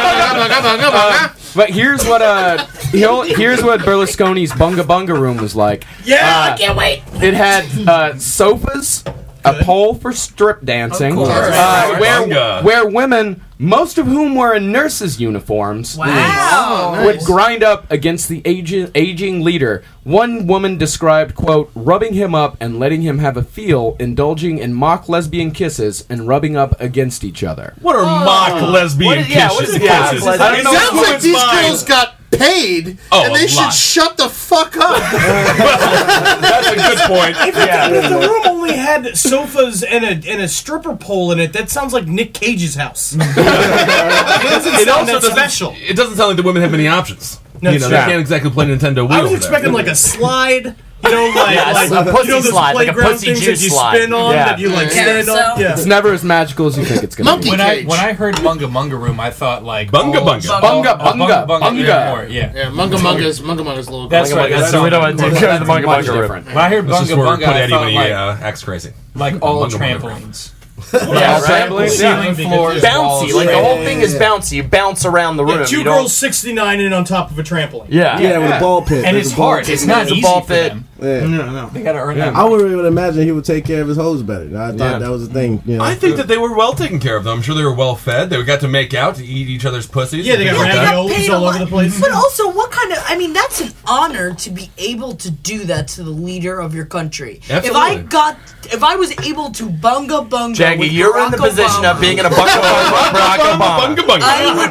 S3: Uh,
S10: But here's what uh, he'll- here's what Berlusconi's bunga bunga room was like.
S2: Yeah, I can't wait.
S10: It had uh, sofas, a pole for strip dancing,
S2: Of course.
S10: uh, where
S4: Bunga.
S10: where women, most of whom were in nurses' uniforms,
S2: Wow.
S10: would grind up against the aging, aging leader. One woman described, quote, rubbing him up and letting him have a feel, indulging in mock lesbian kisses and rubbing up against each other.
S4: What are mock lesbian
S5: What is- yeah, what is
S4: kisses?
S5: mock
S4: kisses?
S5: lesbian-
S4: It
S5: Sounds
S4: sounds
S8: Sounds like
S4: women's
S8: these
S4: mind.
S8: girls got paid,
S4: Oh,
S8: and
S4: a
S8: they should
S4: lot.
S8: shut the fuck up.
S4: That's a good point.
S6: If the room only had sofas and a and a stripper pole in it, that sounds like Nick Cage's house. it doesn't
S4: It
S6: sound
S4: also
S6: that
S4: doesn't.
S6: special.
S4: It doesn't sound like the women have many options.
S6: No,
S4: you
S6: it's
S4: know,
S6: true.
S4: they can't exactly play Nintendo Wii.
S6: I was
S4: over there.
S6: expecting like a slide. You know, like,
S5: Yeah,
S6: like
S5: a pussy
S6: you know, those
S5: slide, like a
S6: playground
S5: pussy
S6: things
S5: juice
S6: that you
S5: slide.
S6: spin on
S5: Yeah.
S6: that you like
S2: Yeah.
S6: stand on.
S2: Carousel.
S6: Yeah.
S10: It's never as magical as you think it's going to be.
S8: Monkey
S1: When I
S8: cage.
S1: when I heard bunga bunga room, I thought like oh,
S4: Bunga
S1: all-
S4: bunga.
S1: all-
S10: Bunga
S1: all
S10: bunga bunga.
S1: airport, Yeah,
S3: yeah, munga munga's munga munga's little.
S1: that's right. That's
S5: so we don't
S1: right.
S5: want to go to the bunga
S10: Much
S5: bunga room.
S10: different.
S1: When I heard
S4: This is
S1: bunga
S4: where we
S1: bunga,
S4: put
S1: I
S4: Eddie
S1: thought
S4: when he
S1: like
S4: uh, acts crazy.
S1: like all
S4: Bunga bunga room.
S1: trampolines,
S5: Yeah,
S10: Assembly?
S5: right?
S1: ceiling floors,
S5: Bouncy,
S1: walls,
S5: like the
S1: trampolines.
S5: whole thing is bouncy. You bounce around the room.
S6: Yeah, two
S5: you don't-
S6: girls sixty nine and on top of a trampoline.
S5: Yeah.
S7: yeah, with a ball pit.
S1: and
S7: There's
S1: it's
S7: a ball
S1: hard.
S7: pit.
S1: It's not
S5: It's a
S1: easy
S5: ball
S1: for
S5: pit.
S1: them.
S7: Yeah.
S1: They gotta earn that.
S7: I wouldn't even imagine he would take care of his hoes better. I thought
S10: Yeah.
S7: that was the thing. You know?
S4: I think that they were well taken care of, though. I'm sure they were well fed. They got to make out, to eat each other's pussies.
S6: Yeah, they
S4: and
S6: got
S4: things like that.
S6: ravioli. It's all over the place.
S2: But also, what kind of? I mean, that's an honor to be able to do that to the leader of your country. If
S4: Absolutely.
S2: I got, if I was able to bunga bunga,
S5: Jaggy,
S2: with
S5: you're in
S2: Barack
S5: the position
S2: Obama,
S5: of being in a bunga bunga with Barack Obama.
S4: Bunga bunga.
S2: I would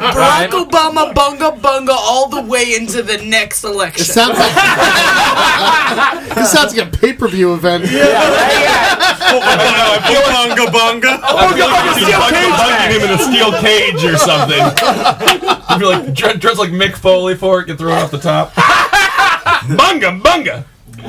S2: Barack Obama bunga bunga all the way into the next election.
S3: It sounds like this sounds like a pay per view event.
S4: Bunga bunga.
S6: Oh,
S4: Bunking him in a steel cage or something. You'd be like dre- dressed like Mick Foley for it. Get thrown off the top. bunga bunga.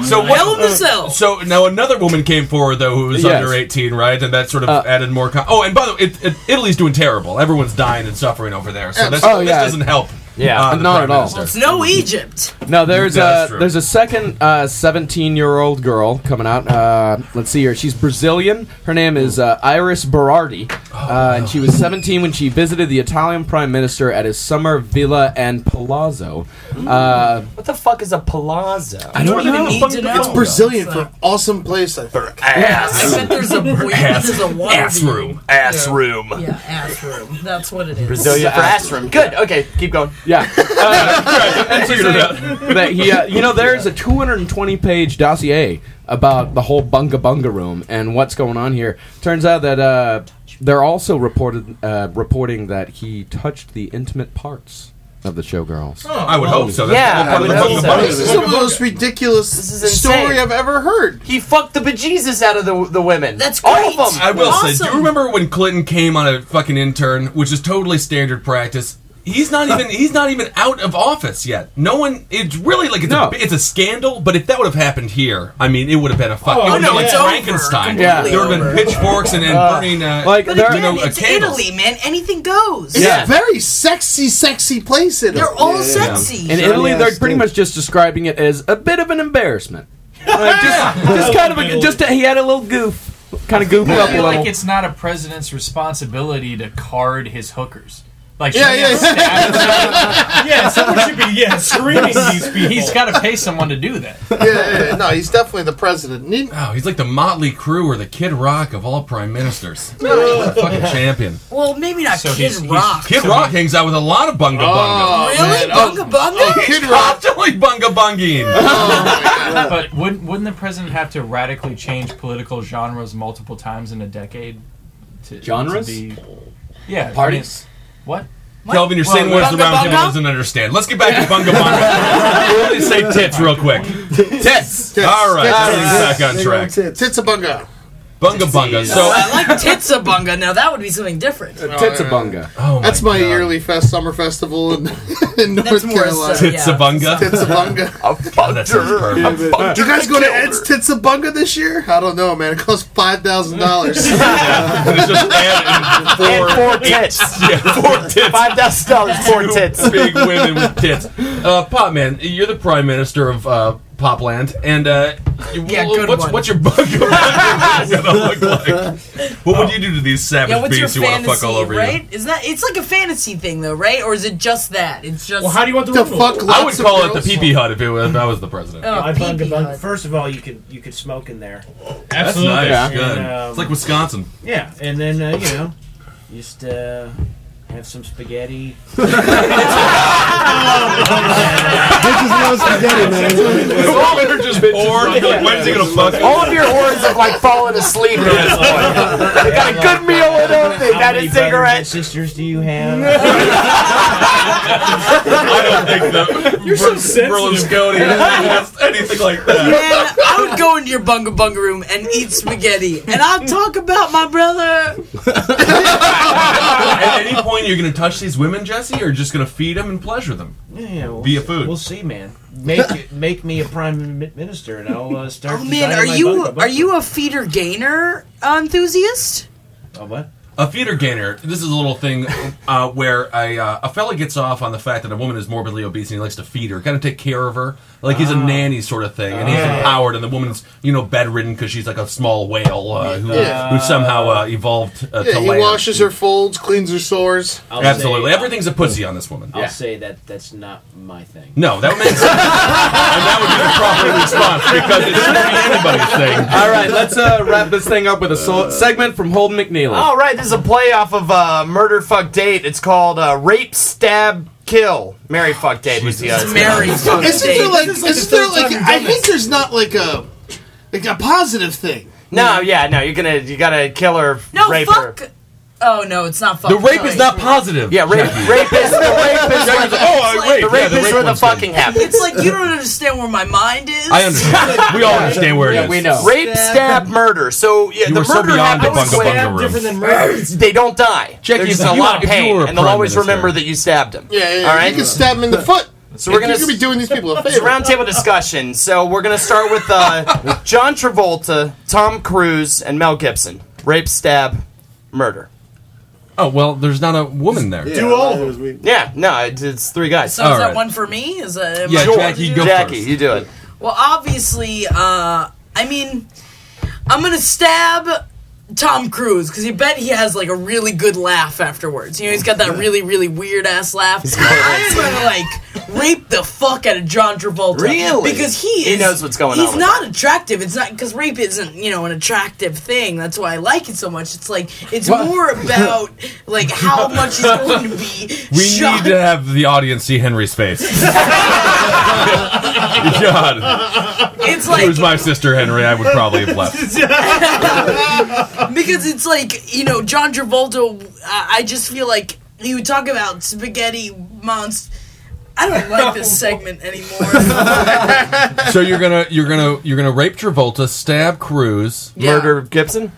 S4: So what-
S2: Hell in a cell.
S4: So now another woman came forward though who was
S10: Yes.
S4: under eighteen, right? And that sort of added more. Con- oh, and by the way, it, it, Italy's doing terrible. Everyone's dying and suffering over there. So that's,
S10: Oh,
S4: this
S10: yeah.
S4: doesn't help.
S10: Yeah.
S4: uh, the
S10: Not
S4: Prime
S10: at all.
S4: Minister.
S2: It's no Egypt.
S10: No, there's
S4: Yeah, that's
S10: a
S4: true.
S10: there's a second uh, 17 year old girl coming out. Uh, let's see here. She's Brazilian. Her name is uh, Iris Berardi, uh, and she was 17 when she visited the Italian Prime Minister at his summer villa and palazzo. Uh,
S5: What the fuck is a palazzo?
S10: I don't know.
S2: Need to know.
S3: It's Brazilian for awesome place. For
S2: I bet there's a weird, there's a water
S4: Ass
S2: view.
S4: room. Ass
S2: Yeah.
S4: room.
S2: Yeah, ass room. That's what it is.
S5: Brazilian for ass room. Good. Okay, keep going.
S10: Yeah.
S4: I figured it out.
S10: that he, uh, you know, there's a 220 page dossier about the whole bunga bunga room and what's going on here. Turns out that uh, they're also reported uh, reporting that he touched the intimate parts of the showgirls.
S4: I would hope so. That's
S5: Yeah,
S4: all part of the
S5: I would
S4: bunga
S5: hope
S4: bunga.
S5: so.
S3: This is the most ridiculous
S5: This is insane.
S3: story I've ever heard.
S5: He fucked the bejesus out of the the women.
S2: That's
S5: all
S2: great.
S5: of them.
S4: I will say, do
S2: Awesome.
S4: you remember when Clinton came on a fucking intern, which is totally standard practice? He's not even he's not even out of office yet. No one. It's really like it's,
S10: No.
S4: a, it's a scandal. But if that would have happened here, I mean, it would have been a fuck. it
S2: Oh,
S4: would have
S2: no,
S4: been
S2: it's
S4: like
S2: over.
S4: Frankenstein.
S2: Completely
S4: There would have
S2: over.
S4: been pitchforks and, and burning uh,
S10: like,
S2: But
S10: There-
S2: again,
S4: you know,
S2: it's
S4: uh, candles.
S2: Italy, man. Anything goes.
S3: It's
S5: Yeah.
S3: a very sexy, sexy place. In
S2: They're all sexy.
S10: In Italy, they're
S7: ass
S10: pretty
S7: dude.
S10: much just describing it as a bit of an embarrassment. Like, just, just kind of a, just a, he had a little goof, kind of goofed
S11: I
S10: up a
S11: feel
S10: little.
S11: like it's not a president's responsibility to card his hookers. Like,
S3: Yeah,
S11: she
S3: yeah.
S11: gets stabbed.
S6: yeah, someone should be yeah screening these people.
S11: he's got to pay someone to do that.
S8: Yeah, yeah, yeah, no, he's definitely the president. Need-
S4: Oh, he's like the Motley Crew or the Kid Rock of all prime ministers. He's a fucking champion.
S2: Well, maybe not
S11: So
S2: Kid
S11: he's- he's-
S2: Rock. Oh,
S4: Kid Rock hangs out with a lot of bunga bunga.
S2: really? Bunga Bunga?
S4: Kid Rock, constantly bunga bunging.
S11: But wouldn't wouldn't the president have to radically change political genres multiple times in a decade? To,
S10: Genres?
S11: To be, yeah. I mean,
S10: Parties?
S11: what?
S4: Kelvin, you're saying words
S2: bunga
S4: around him
S2: bunga?
S4: doesn't understand. Let's get back to bunga bunga. we'll only say tits real quick. Tits. All right, back on track.
S8: Tits a bunga.
S4: Bunga bunga.
S2: Oh,
S4: So,
S2: I like Titsa Bunga. Now that would be something different.
S10: Titsabunga.
S4: oh
S8: That's my
S4: God.
S8: yearly fest summer festival in, in North
S2: That's more
S8: Carolina.
S2: so-
S4: Tits a
S2: Yeah.
S4: bunga.
S8: Tits a bunga.
S4: Oh, that sounds perfect.
S8: Do you guys go to Ed's Tits a bunga this year? I don't know, man. It costs five thousand dollars.
S4: It's just add in
S5: And
S4: four,
S5: four tits.
S4: yeah, four tits.
S5: Five thousand dollars. Four
S4: Two
S5: tits.
S4: Big women with tits. Uh, Pop man, you're the prime minister of uh, Popland, and uh, you-
S2: Yeah,
S4: well,
S2: good
S4: what's,
S2: one.
S4: what's your bunga bunga gonna look like? What would you do to these savage
S2: Yeah, what's your
S4: beasts who want to
S2: fantasy,
S4: fuck all over you?
S2: right? Is that it's like a fantasy thing though, right? Or is it just that? It's just
S6: Well, how do you want the,
S8: the
S6: room to
S8: fuck?
S6: look?
S4: I would
S8: lots of
S4: call it the
S8: girls?
S4: pee pee hut if, it was, if I was the president.
S2: oh,
S9: My bunga
S2: pee-pee
S9: bunga.
S2: hut.
S9: First of all, you could you could smoke in there.
S4: That's
S6: Absolutely.
S4: nice.
S10: Yeah.
S4: Good.
S9: And, um,
S4: it's like Wisconsin.
S9: Yeah, and then uh, you know, just uh, have some spaghetti.
S4: They're just bored. like, When's he gonna fuck?
S5: All of your horns have like fallen asleep at this point. They got a good meal and everything.
S9: How
S5: Got
S9: many
S5: a
S9: brothers and
S5: cigarette.
S9: sisters do you have?
S4: You're so Berlusconi asked anything like that.
S2: Man, I would go into your bunga bunga room and eat spaghetti, and I'd talk about my brother.
S4: At any point, you're gonna touch these women, Jesse, or just gonna feed them and pleasure them
S9: yeah, yeah, we'll
S4: via
S9: see-
S4: food?
S9: We'll see, man. Make it, make me a prime mi- minister, and I'll uh, start.
S2: Oh man,
S9: designing
S2: are
S9: my
S2: you
S9: bunga bunga.
S2: are you a feeder gainer enthusiast?
S9: Oh, what?
S4: A feeder gainer. This is a little thing uh, where a, uh, a fella gets off on the fact that a woman is morbidly obese and he likes to feed her, kind of take care of her, like he's a
S8: Ah.
S4: nanny sort of thing, and he's empowered, and the woman's you know bedridden because she's like a small whale uh, who,
S8: Yeah.
S4: who somehow uh, evolved uh,
S8: Yeah,
S4: to
S8: he
S4: land.
S8: washes her folds, cleans her sores.
S9: I'll
S4: Absolutely,
S9: Say,
S4: everything's a pussy on this woman.
S9: I'll say that that's not my thing.
S4: No, that would make sense, and that would be the proper response because it shouldn't be anybody's thing.
S10: All right, let's uh, wrap this thing up with a so- segment from Holden McNeely.
S5: All right, this is a playoff of uh, Murder Fuck Date. It's called uh, Rape Stab Kill. Mary Fuck Date was the other.
S2: Mary fucking
S3: Isn't
S2: Dave.
S3: there like? Isn't there like? I think there's not like a like a positive thing.
S5: No, yeah, no, you're gonna you gotta kill her,
S2: no
S5: rape
S2: fuck.
S5: her.
S2: Oh no, it's not fuck.
S4: The rape is
S2: sorry.
S4: not positive.
S5: Yeah, rape, rape is the rape is
S4: Jackie's like, oh, I
S5: the
S4: rape. Yeah, the
S5: rapists
S4: rape
S5: were the
S4: one's good.
S5: fucking happy.
S2: It's like you don't understand where my mind is.
S4: I understand. We all understand where it is.
S5: Rape, stab, murder. So yeah,
S4: You
S5: the
S4: were so
S5: murder
S4: beyond the
S5: happens
S4: bunga
S5: when-
S4: bunga room. Different
S6: than murder.
S5: They don't die.
S4: Jackie,
S5: They're just
S4: if
S5: in a
S4: you
S5: lot
S4: were-
S5: of
S4: if you
S5: pain,
S4: were a
S5: and they'll
S4: prime
S5: always
S4: minister.
S5: remember that you stabbed them.
S8: Yeah, yeah, yeah.
S5: All right.
S8: You can stab him in the foot.
S5: So we're gonna
S8: you could be doing these people a
S5: It's a
S8: favor.
S5: roundtable discussion. So we're gonna start with uh, John Travolta, Tom Cruise, and Mel Gibson. Rape, stab, murder.
S4: Oh well, there's not a woman there.
S8: Do all of them.
S5: Yeah, no, it's, it's three guys.
S2: So is that one for me? Is that am I
S4: Yeah,
S2: allowed to
S4: Jackie,
S2: do
S4: go
S2: that?
S5: Jackie, you do it.
S2: Well, obviously, uh, I mean, I'm gonna stab Tom Cruise because you bet he has like a really good laugh afterwards. You know, he's got that really, really weird ass laugh. I am gonna like rape the fuck out of John Travolta,
S5: Really?
S2: because he is.
S5: He knows what's going on
S2: He's
S5: with
S2: not attractive. It's not because rape isn't you know an attractive thing. That's why I like it so much. It's like it's more about like how much he's going to be.
S4: We
S2: shocked.
S4: need to have the audience see Henry's face. God,
S2: It's
S4: if it
S2: like
S4: was my sister Henry, I would probably have left.
S2: because it's like you know John Travolta. I, I just feel like he would talk about spaghetti monster. I don't like this segment anymore.
S4: So you're gonna you're gonna you're gonna rape Travolta, stab Cruz.
S2: Yeah.
S5: Murder Gibson.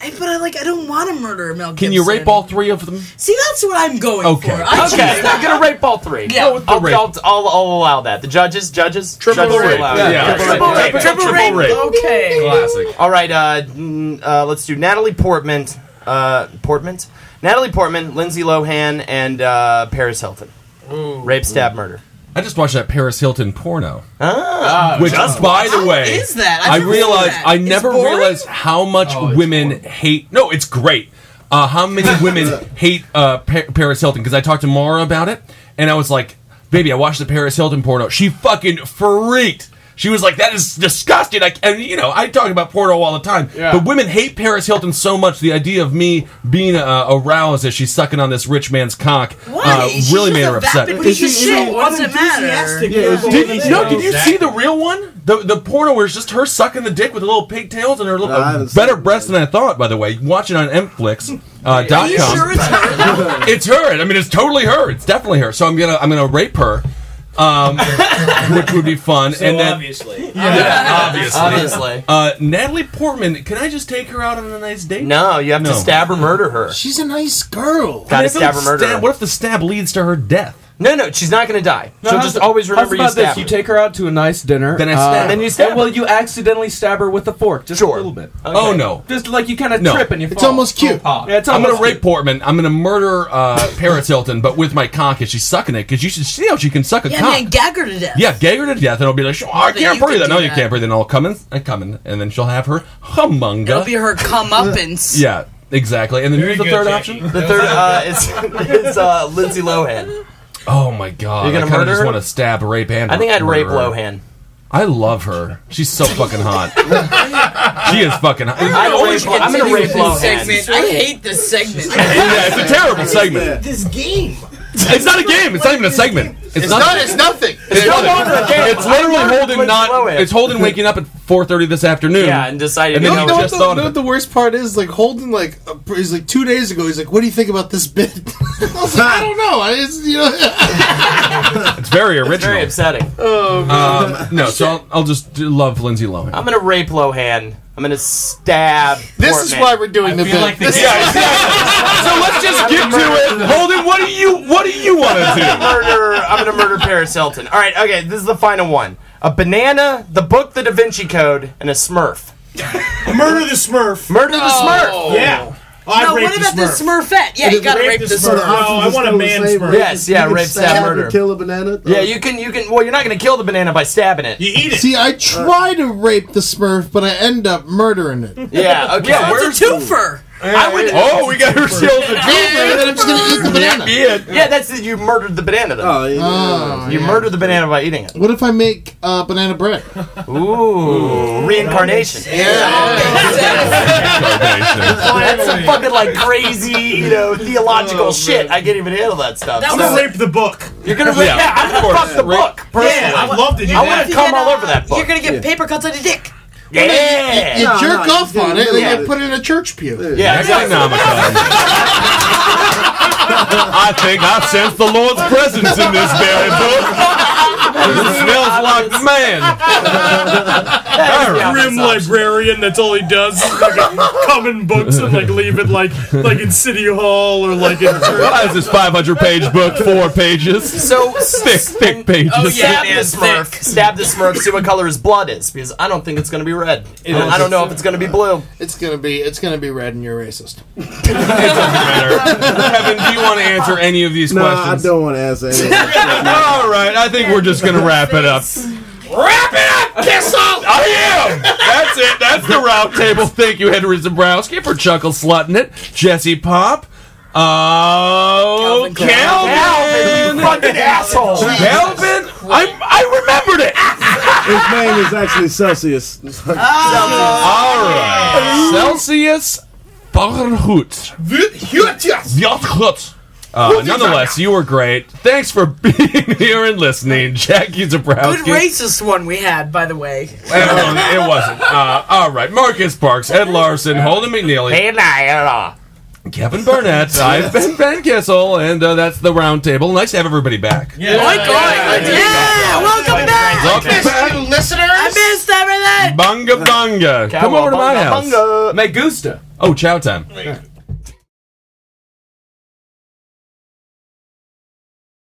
S2: I- but I like I don't want to murder Mel.
S4: Can
S2: Gibson.
S4: you rape all three of them?
S2: See, that's what I'm going
S4: Okay.
S2: for. I
S5: Okay,
S2: choose
S5: I'm
S2: that.
S5: gonna rape all three.
S2: Yeah.
S5: I'll, I'll,
S4: rape.
S5: I'll, I'll allow that. The judges, judges,
S4: Triple
S5: judges
S4: rape.
S5: allow
S4: Yeah,
S5: it.
S4: yeah.
S5: Triple rape.
S4: Triple rape.
S2: Okay.
S4: Classic.
S5: All right, uh, mm, uh, let's do Natalie Portman, uh, Portman, Natalie Portman, Lindsay Lohan, and uh, Paris Hilton. Rape, stab, murder.
S4: I just watched that Paris Hilton porno.
S5: Ah,
S4: Which, by the way,
S2: is that? I've
S4: I
S2: never
S4: realized
S2: seen that.
S4: I
S2: It's
S4: never
S2: boring?
S4: realized how much women hate. No, it's great. Uh, how many women hate uh, pa- Paris Hilton? Because I talked to Mara about it, and I was like, "Baby, I watched the Paris Hilton porno. She fucking freaked." She was like, "That is disgusting." I, and you know, I talk about porno all the time, but women hate Paris Hilton so much. The idea of me being uh, aroused as she's sucking on this rich man's cock
S2: Why?
S4: uh,
S2: She's
S4: really
S2: just
S4: made
S2: a
S4: her
S2: vapid
S4: upset.
S2: piece of shit. What's it matter?
S6: enthusiastic girl.
S4: Did, no, did you see the real one? The the porno where it's just her sucking the dick with the little pigtails and her little,
S7: I haven't
S4: better
S7: seen
S4: breast than I thought. By the way, watch it on Mflix. Uh,
S2: Are
S4: dot
S2: you
S4: com.
S2: sure it's her?
S4: It's her. I mean, it's totally her. It's definitely her. So I'm gonna I'm gonna rape her, um, which would be fun. and then
S9: obviously.
S4: yeah, obviously.
S5: obviously.
S4: Uh, Natalie Portman. Can I just take her out on a nice date?
S5: No, you have
S4: No.
S5: to stab or murder her.
S3: She's a nice girl.
S4: I mean,
S5: Gotta
S4: I feel like
S5: stab or murder
S4: stab-
S5: her.
S4: What if the stab leads to her death?
S5: No, no, she's not gonna die. She'll
S10: how's
S5: just
S10: the-
S5: always
S10: how's
S5: remember you
S10: about
S5: stabbed
S10: this?
S5: her.
S10: You take her out to a nice dinner. uh,
S4: Then I stab her.
S5: Then you stab
S10: and, Well,
S5: her.
S10: you accidentally stab her with a fork, just
S5: Sure.
S10: a little bit.
S4: Oh no.
S10: Just like you kind of
S4: No.
S10: trip and you fall.
S3: It's almost
S8: Oh,
S3: cute.
S10: Yeah, it's
S4: I'm gonna
S10: almost
S4: rape
S10: cute.
S4: Portman. I'm gonna murder uh, Paris Hilton, but with my cock as she's sucking it. Because you should see how she can suck a
S2: Yeah,
S4: cock.
S2: man, gag her to death.
S4: yeah, gag her to death, and I'll be like, "Oh, I
S2: That
S4: can't
S2: you could
S4: breathe.
S2: do
S4: No, you
S2: that.
S4: can't breathe. And I'll come in, I come in, and then she'll have her
S2: It'll
S4: humunga.
S2: be her comeuppance.
S4: yeah, exactly. And then here's the
S11: good,
S4: third
S11: Jackie.
S4: option.
S5: The third uh, is is uh, Lindsay Lohan.
S4: Oh my god,
S5: You're gonna
S4: I kind of
S5: murder
S4: just
S5: her?
S4: want to stab, rape, and
S5: I think I'd rape
S4: murder her.
S5: Lohan.
S4: I love her. She's so fucking hot. she is fucking hot.
S5: I'd
S4: Yeah,
S5: rape, I'm gonna rape Lohan.
S2: Segment. I hate this segment.
S4: it's a terrible segment.
S6: This game.
S4: It's not a game. It's not even a segment. It's,
S8: It's not. It's nothing.
S4: It's,
S8: It's-
S4: nothing. It's literally Holden
S5: Lindsay
S4: not.
S5: Lohan.
S4: It's Holden waking up at 4:30 this afternoon.
S5: Yeah, and decided
S4: And
S5: you
S4: then
S5: know
S4: you
S5: what?
S4: just
S8: what the,
S4: thought of
S8: Oh, know
S4: it.
S8: what the worst part is? Like Holden, like uh, he's like two days ago. He's like, "What do you think about this bit?" I was like, "I don't know." I just, you know,
S4: it's very original.
S5: very upsetting.
S4: um, no, so I'll, I'll just do- love Lindsay Lohan.
S5: I'm gonna rape Lohan. I'm gonna stab.
S8: this is
S5: Portman.
S8: why we're doing the
S11: feel
S8: bit.
S11: like the
S8: This is-
S11: game-
S4: so let's just get to it. Holden, what do you what do you want
S5: gonna
S4: to
S5: murder. I'm gonna murder Paris Hilton. All right, okay. This is the final one: a banana, the book, the Da Vinci Code, and a Smurf.
S6: Murder the Smurf.
S5: Murder the Smurf.
S6: Yeah. I
S2: No,
S6: raped
S2: what about
S6: the
S2: the
S6: Smurf.
S2: Smurfette? Yeah, you gotta rape the
S6: Smurf.
S2: Smurf.
S6: No, I want a man Smurf.
S5: Yes, yeah, rape, stab, murder.
S7: Kill a banana.
S5: Yeah, you can. You can. Well, you're not gonna kill the banana by stabbing it.
S6: You eat it.
S3: See, I try to rape the Smurf, but I end up murdering
S8: Oh
S3: it. And
S5: Yeah. Okay.
S2: That's Oh, a twofer.
S5: I would.
S4: do? Oh, we got ourselves a
S3: then I'm just gonna eat the banana.
S4: bit.
S5: Yeah, that's it. You murdered the banana. Though.
S7: Oh, yeah.
S5: you murdered the banana by eating it.
S3: What if I make uh, banana bread?
S5: Ooh, reincarnation. That's some fucking like crazy, you know, theological shit. I can't even handle that stuff.
S2: That
S6: I'm
S2: was-
S6: gonna rape the book.
S5: You're gonna rape.
S4: Yeah,
S5: Yeah, I'm
S4: of
S5: gonna
S4: course.
S5: fuck the
S4: Rape-
S5: book personally.
S6: Yeah, I'd love to do
S5: I
S6: that.
S5: wanna come all over that
S2: You're
S5: book.
S2: gonna get paper cuts on your dick.
S5: Yeah.
S7: You jerk
S8: no,
S7: off
S8: you
S7: on
S8: do-
S7: it, and
S5: yeah.
S7: you put it in a church pew.
S5: Yeah,
S4: Necronomicon. I think I sense the Lord's presence in this very book. Man.
S6: grim librarian. That's all he does. is Fucking common books and like leave it like like in city hall or like in
S4: Why is this 500 page book four pages?
S5: So
S4: thick, thick pages.
S5: Oh, stab the smirk. Stab the smirk. See what color his blood is, because I don't think it's going to be red. And I don't know if it's going to be blue.
S8: It's gonna be it's gonna be red, and you're racist.
S4: Kevin, do you want to answer any of these
S7: No, I
S4: questions?
S7: don't want to answer anything.
S4: All right, I think we're just gonna wrap it up. Wrap it up, Kissel! I am! That's it, that's the round table. Thank you, Henry Zabrowski, for Chuckle Slutting It, Jesse Pop. Oh, Calvin!
S5: Calvin, you fucking asshole.
S4: Calvin! I, I remembered it!
S7: His name is actually Celsius.
S4: Alright. Celsius Barhut. Yacht Uh, nonetheless, you were great. Thanks for being here and listening, Jackie Zabrowski.
S2: Good racist one we had, by the way.
S4: Well, it wasn't. Uh, all right, Marcus Parks, Ed Larson, Holden McNeely, Kevin Burnett. I've been Ben Kissel, and uh, that's the round table. Nice to have everybody back.
S2: Yeah, yeah, welcome back.
S4: Welcome back.
S8: you listeners.
S2: I missed everything.
S4: Bunga bunga. Come over to my house.
S5: Bunga.
S11: Megusta.
S4: Oh, chow time.